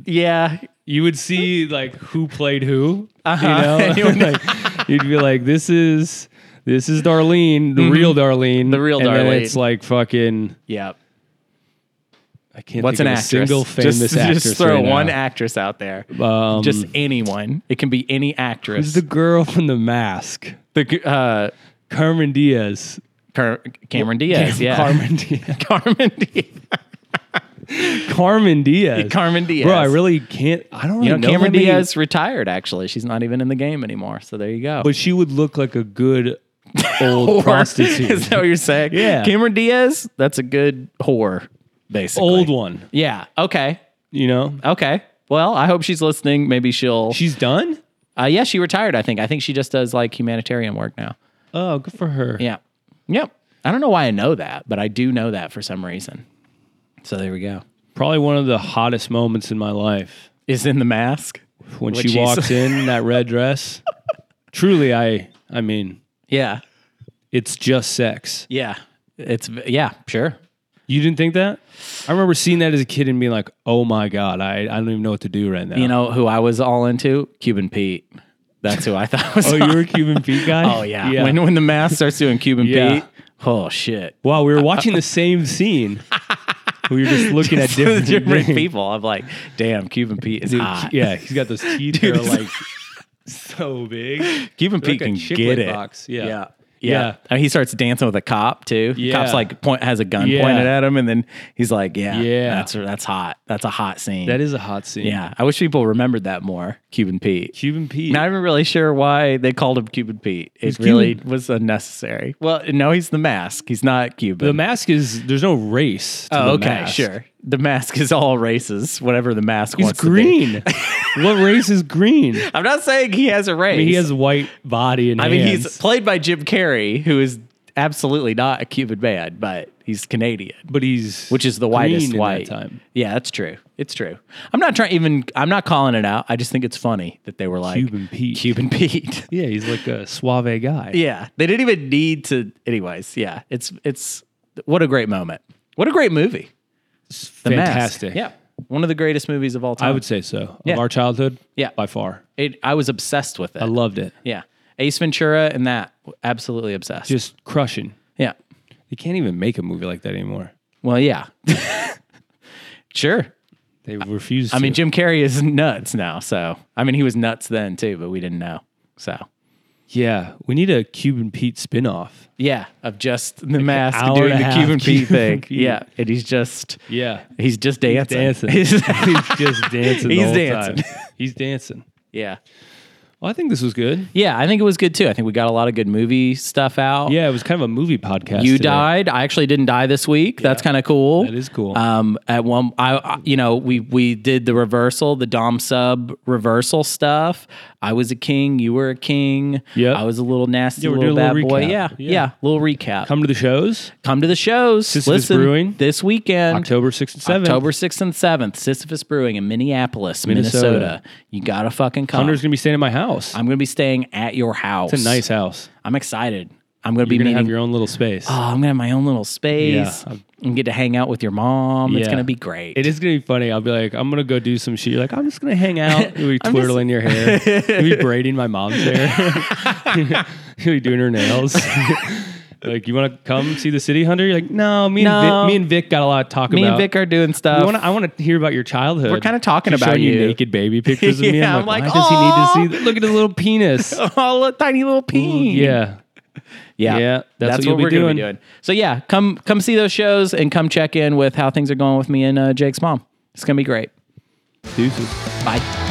S1: yeah.
S2: you would see like who played who.
S1: Uh-huh.
S2: You know,
S1: (laughs) You would-
S2: (laughs) Like, you'd be like, this is this is Darlene, the real Darlene,
S1: Mm-hmm. The real
S2: and then
S1: Darlene.
S2: it's like fucking.
S1: Yeah.
S2: I can't.
S1: What's
S2: think
S1: an
S2: of a
S1: actress?
S2: Single famous
S1: just,
S2: actress.
S1: Just (laughs) throw
S2: right
S1: one
S2: Now.
S1: actress out there.
S2: Um,
S1: just anyone. It can be any actress.
S2: Who's the girl from The Mask?
S1: The g- uh,
S2: Carmen Diaz.
S1: Car- Cameron Diaz. yeah.
S2: Carmen (laughs) Diaz.
S1: (laughs) Carmen Diaz.
S2: (laughs) Carmen Diaz.
S1: Carmen Diaz.
S2: Bro, I really can't. I don't really
S1: You know,
S2: how
S1: Cameron
S2: many-
S1: Diaz retired. Actually, she's not even in the game anymore. So there you go.
S2: but she would look like a (laughs) good old
S1: Whore.
S2: (laughs) prostitute,
S1: Is that what you're saying?
S2: Yeah.
S1: Cameron Diaz. That's a good whore, basically.
S2: old one.
S1: Yeah. Okay.
S2: You know,
S1: Okay. Well, I hope she's listening. Maybe she'll.
S2: she's done.
S1: uh, yeah, she retired. I think. I think she just does like humanitarian work now.
S2: Oh, good for her.
S1: Yeah. Yep. I don't know why I know that, but I do know that for some reason. So there we go.
S2: Probably one of the hottest moments in my life
S1: Is in the mask. When
S2: when she
S1: she's-
S2: (laughs) walks in in that red dress. Truly, I I mean,
S1: Yeah.
S2: it's just sex.
S1: Yeah. It's yeah. Sure.
S2: You didn't think that? I remember seeing that as a kid and being like, "Oh my god, I, I don't even know what to do right now."
S1: You know who I was all into? Cuban Pete. That's who I thought was.
S2: oh, you were a Cuban Pete guy.
S1: (laughs) Oh yeah. When when the mask starts doing Cuban
S2: Yeah.
S1: Pete. Oh (laughs) shit.
S2: wow, we were watching the
S1: (laughs)
S2: same scene. We were just looking at different,
S1: different
S2: things.
S1: people. I'm like, damn, Cuban Pete is hot.
S2: Yeah, he's got those teeth that are
S1: Dude, it's-
S2: like so big.
S1: Cuban
S2: They're
S1: Pete
S2: like a
S1: can
S2: chiclet
S1: get it.
S2: box. Yeah.
S1: yeah.
S2: Yeah.
S1: Yeah. And he starts dancing with a cop too.
S2: Yeah.
S1: Cop's like point has a gun
S2: Yeah.
S1: pointed at him and then he's like, Yeah,
S2: Yeah.
S1: That's that's hot. That's a hot scene.
S2: That is a hot scene.
S1: yeah. I wish people remembered that more, Cuban Pete.
S2: Cuban Pete.
S1: Not even really sure why they called him Cuban Pete. It
S2: Cuban.
S1: really was unnecessary. Well, no, he's the mask. He's not Cuban.
S2: the mask is there's no race. To
S1: oh,
S2: the
S1: okay,
S2: mask.
S1: sure. The mask is all races, whatever the mask
S2: He's
S1: wants to be. (laughs)
S2: green. what race is green?
S1: I'm not saying he has a race.
S2: He has a white body and
S1: I mean, he's
S2: hands.
S1: played by Jim Carrey, who is absolutely not a Cuban man, but he's Canadian.
S2: but he's
S1: which is the whitest
S2: green in that
S1: white.
S2: time.
S1: Yeah, that's true. It's true. I'm not trying even. I'm not calling it out. I just think it's funny that they were like
S2: Cuban Pete.
S1: Cuban (laughs) Pete.
S2: Yeah, he's like a suave guy.
S1: yeah, they didn't even need to. Anyways, yeah, it's it's what a great moment. What a great movie.
S2: It's
S1: The Mask.
S2: fantastic.
S1: Yeah, one of the greatest movies of all time.
S2: I would say so.
S1: Yeah.
S2: Of our childhood,
S1: Yeah.
S2: by far.
S1: It, I was obsessed with it.
S2: I loved it.
S1: yeah, Ace Ventura and that absolutely obsessed.
S2: Just crushing.
S1: yeah.
S2: They can't even make a movie like that anymore.
S1: Well, yeah. (laughs) sure.
S2: They refuse.
S1: I mean,
S2: to.
S1: Jim Carrey is nuts now. So, I mean, he was nuts then too, but we didn't know. So,
S2: yeah, we need a Cuban Pete spinoff.
S1: yeah, of just the mask
S2: hour
S1: doing
S2: and
S1: the
S2: a half
S1: Cuban Pete
S2: Cuban
S1: thing.
S2: Pete.
S1: Yeah. And he's just,
S2: Yeah,
S1: he's just dancing.
S2: dancing. (laughs) he's
S1: He's-
S2: just dancing. the
S1: He's
S2: whole
S1: dancing.
S2: time. (laughs) He's dancing.
S1: yeah.
S2: Well, I think this was good.
S1: Yeah. I think it was good too. I think we got a lot of good movie stuff out.
S2: Yeah, it was kind of a movie podcast.
S1: You
S2: today.
S1: died. I actually didn't die this week. That's kind of cool.
S2: That is cool.
S1: Um, at one, I, I, you know, we we did the reversal, the dom sub reversal stuff. I was a king. You were a king.
S2: Yep.
S1: I was a little nasty
S2: Yeah, we're
S1: little
S2: doing
S1: bad
S2: a little
S1: boy.
S2: recap.
S1: Yeah, yeah,
S2: Yeah.
S1: Little recap. Come,
S2: Come to the shows.
S1: to the shows.
S2: Sisyphus
S1: Listen
S2: Brewing.
S1: this weekend.
S2: October sixth and seventh.
S1: October 6th and 7th, Sisyphus Brewing in Minneapolis, Minnesota.
S2: Minnesota.
S1: You gotta fucking come.
S2: Hunter's gonna be staying at my house.
S1: I'm gonna be staying at your house.
S2: it's a nice house.
S1: I'm excited. I'm gonna be
S2: You're gonna
S1: meeting
S2: have your own little space.
S1: oh, I'm gonna have my own little space
S2: Yeah.
S1: and get to hang out with your mom. It's
S2: Yeah.
S1: gonna be great.
S2: It is gonna be funny. I'll be like, I'm gonna go do some shit. You're like, I'm just gonna hang out. You'll be
S1: (laughs) I'm just-
S2: twirling your
S1: (laughs)
S2: hair. You'll be braiding my mom's hair. (laughs) You'll be doing her nails. (laughs) like, you want to come see the city, Hunter? You're like, no. Me and
S1: No.
S2: Vic, me and Vic got a lot to talk
S1: Me
S2: about.
S1: and Vic are doing
S2: I
S1: stuff.
S2: want to. I want to hear about your childhood.
S1: We're kinda talking
S2: She's
S1: about
S2: showing you.
S1: you.
S2: naked baby
S1: (laughs)
S2: pictures of me.
S1: Yeah,
S2: I'm,
S1: I'm
S2: like,
S1: like,
S2: why
S1: "Aw."
S2: does he need to see? Look at his little penis.
S1: (laughs) oh, look, tiny little peen.
S2: yeah,
S1: yeah,
S2: yeah, that's
S1: That's,
S2: what
S1: what,
S2: you'll be
S1: we're gonna be
S2: doing.
S1: doing. So yeah, come come see those shows and come check in with how things are going with me and uh, Jake's mom. It's gonna be great.
S2: deuces.
S1: Bye.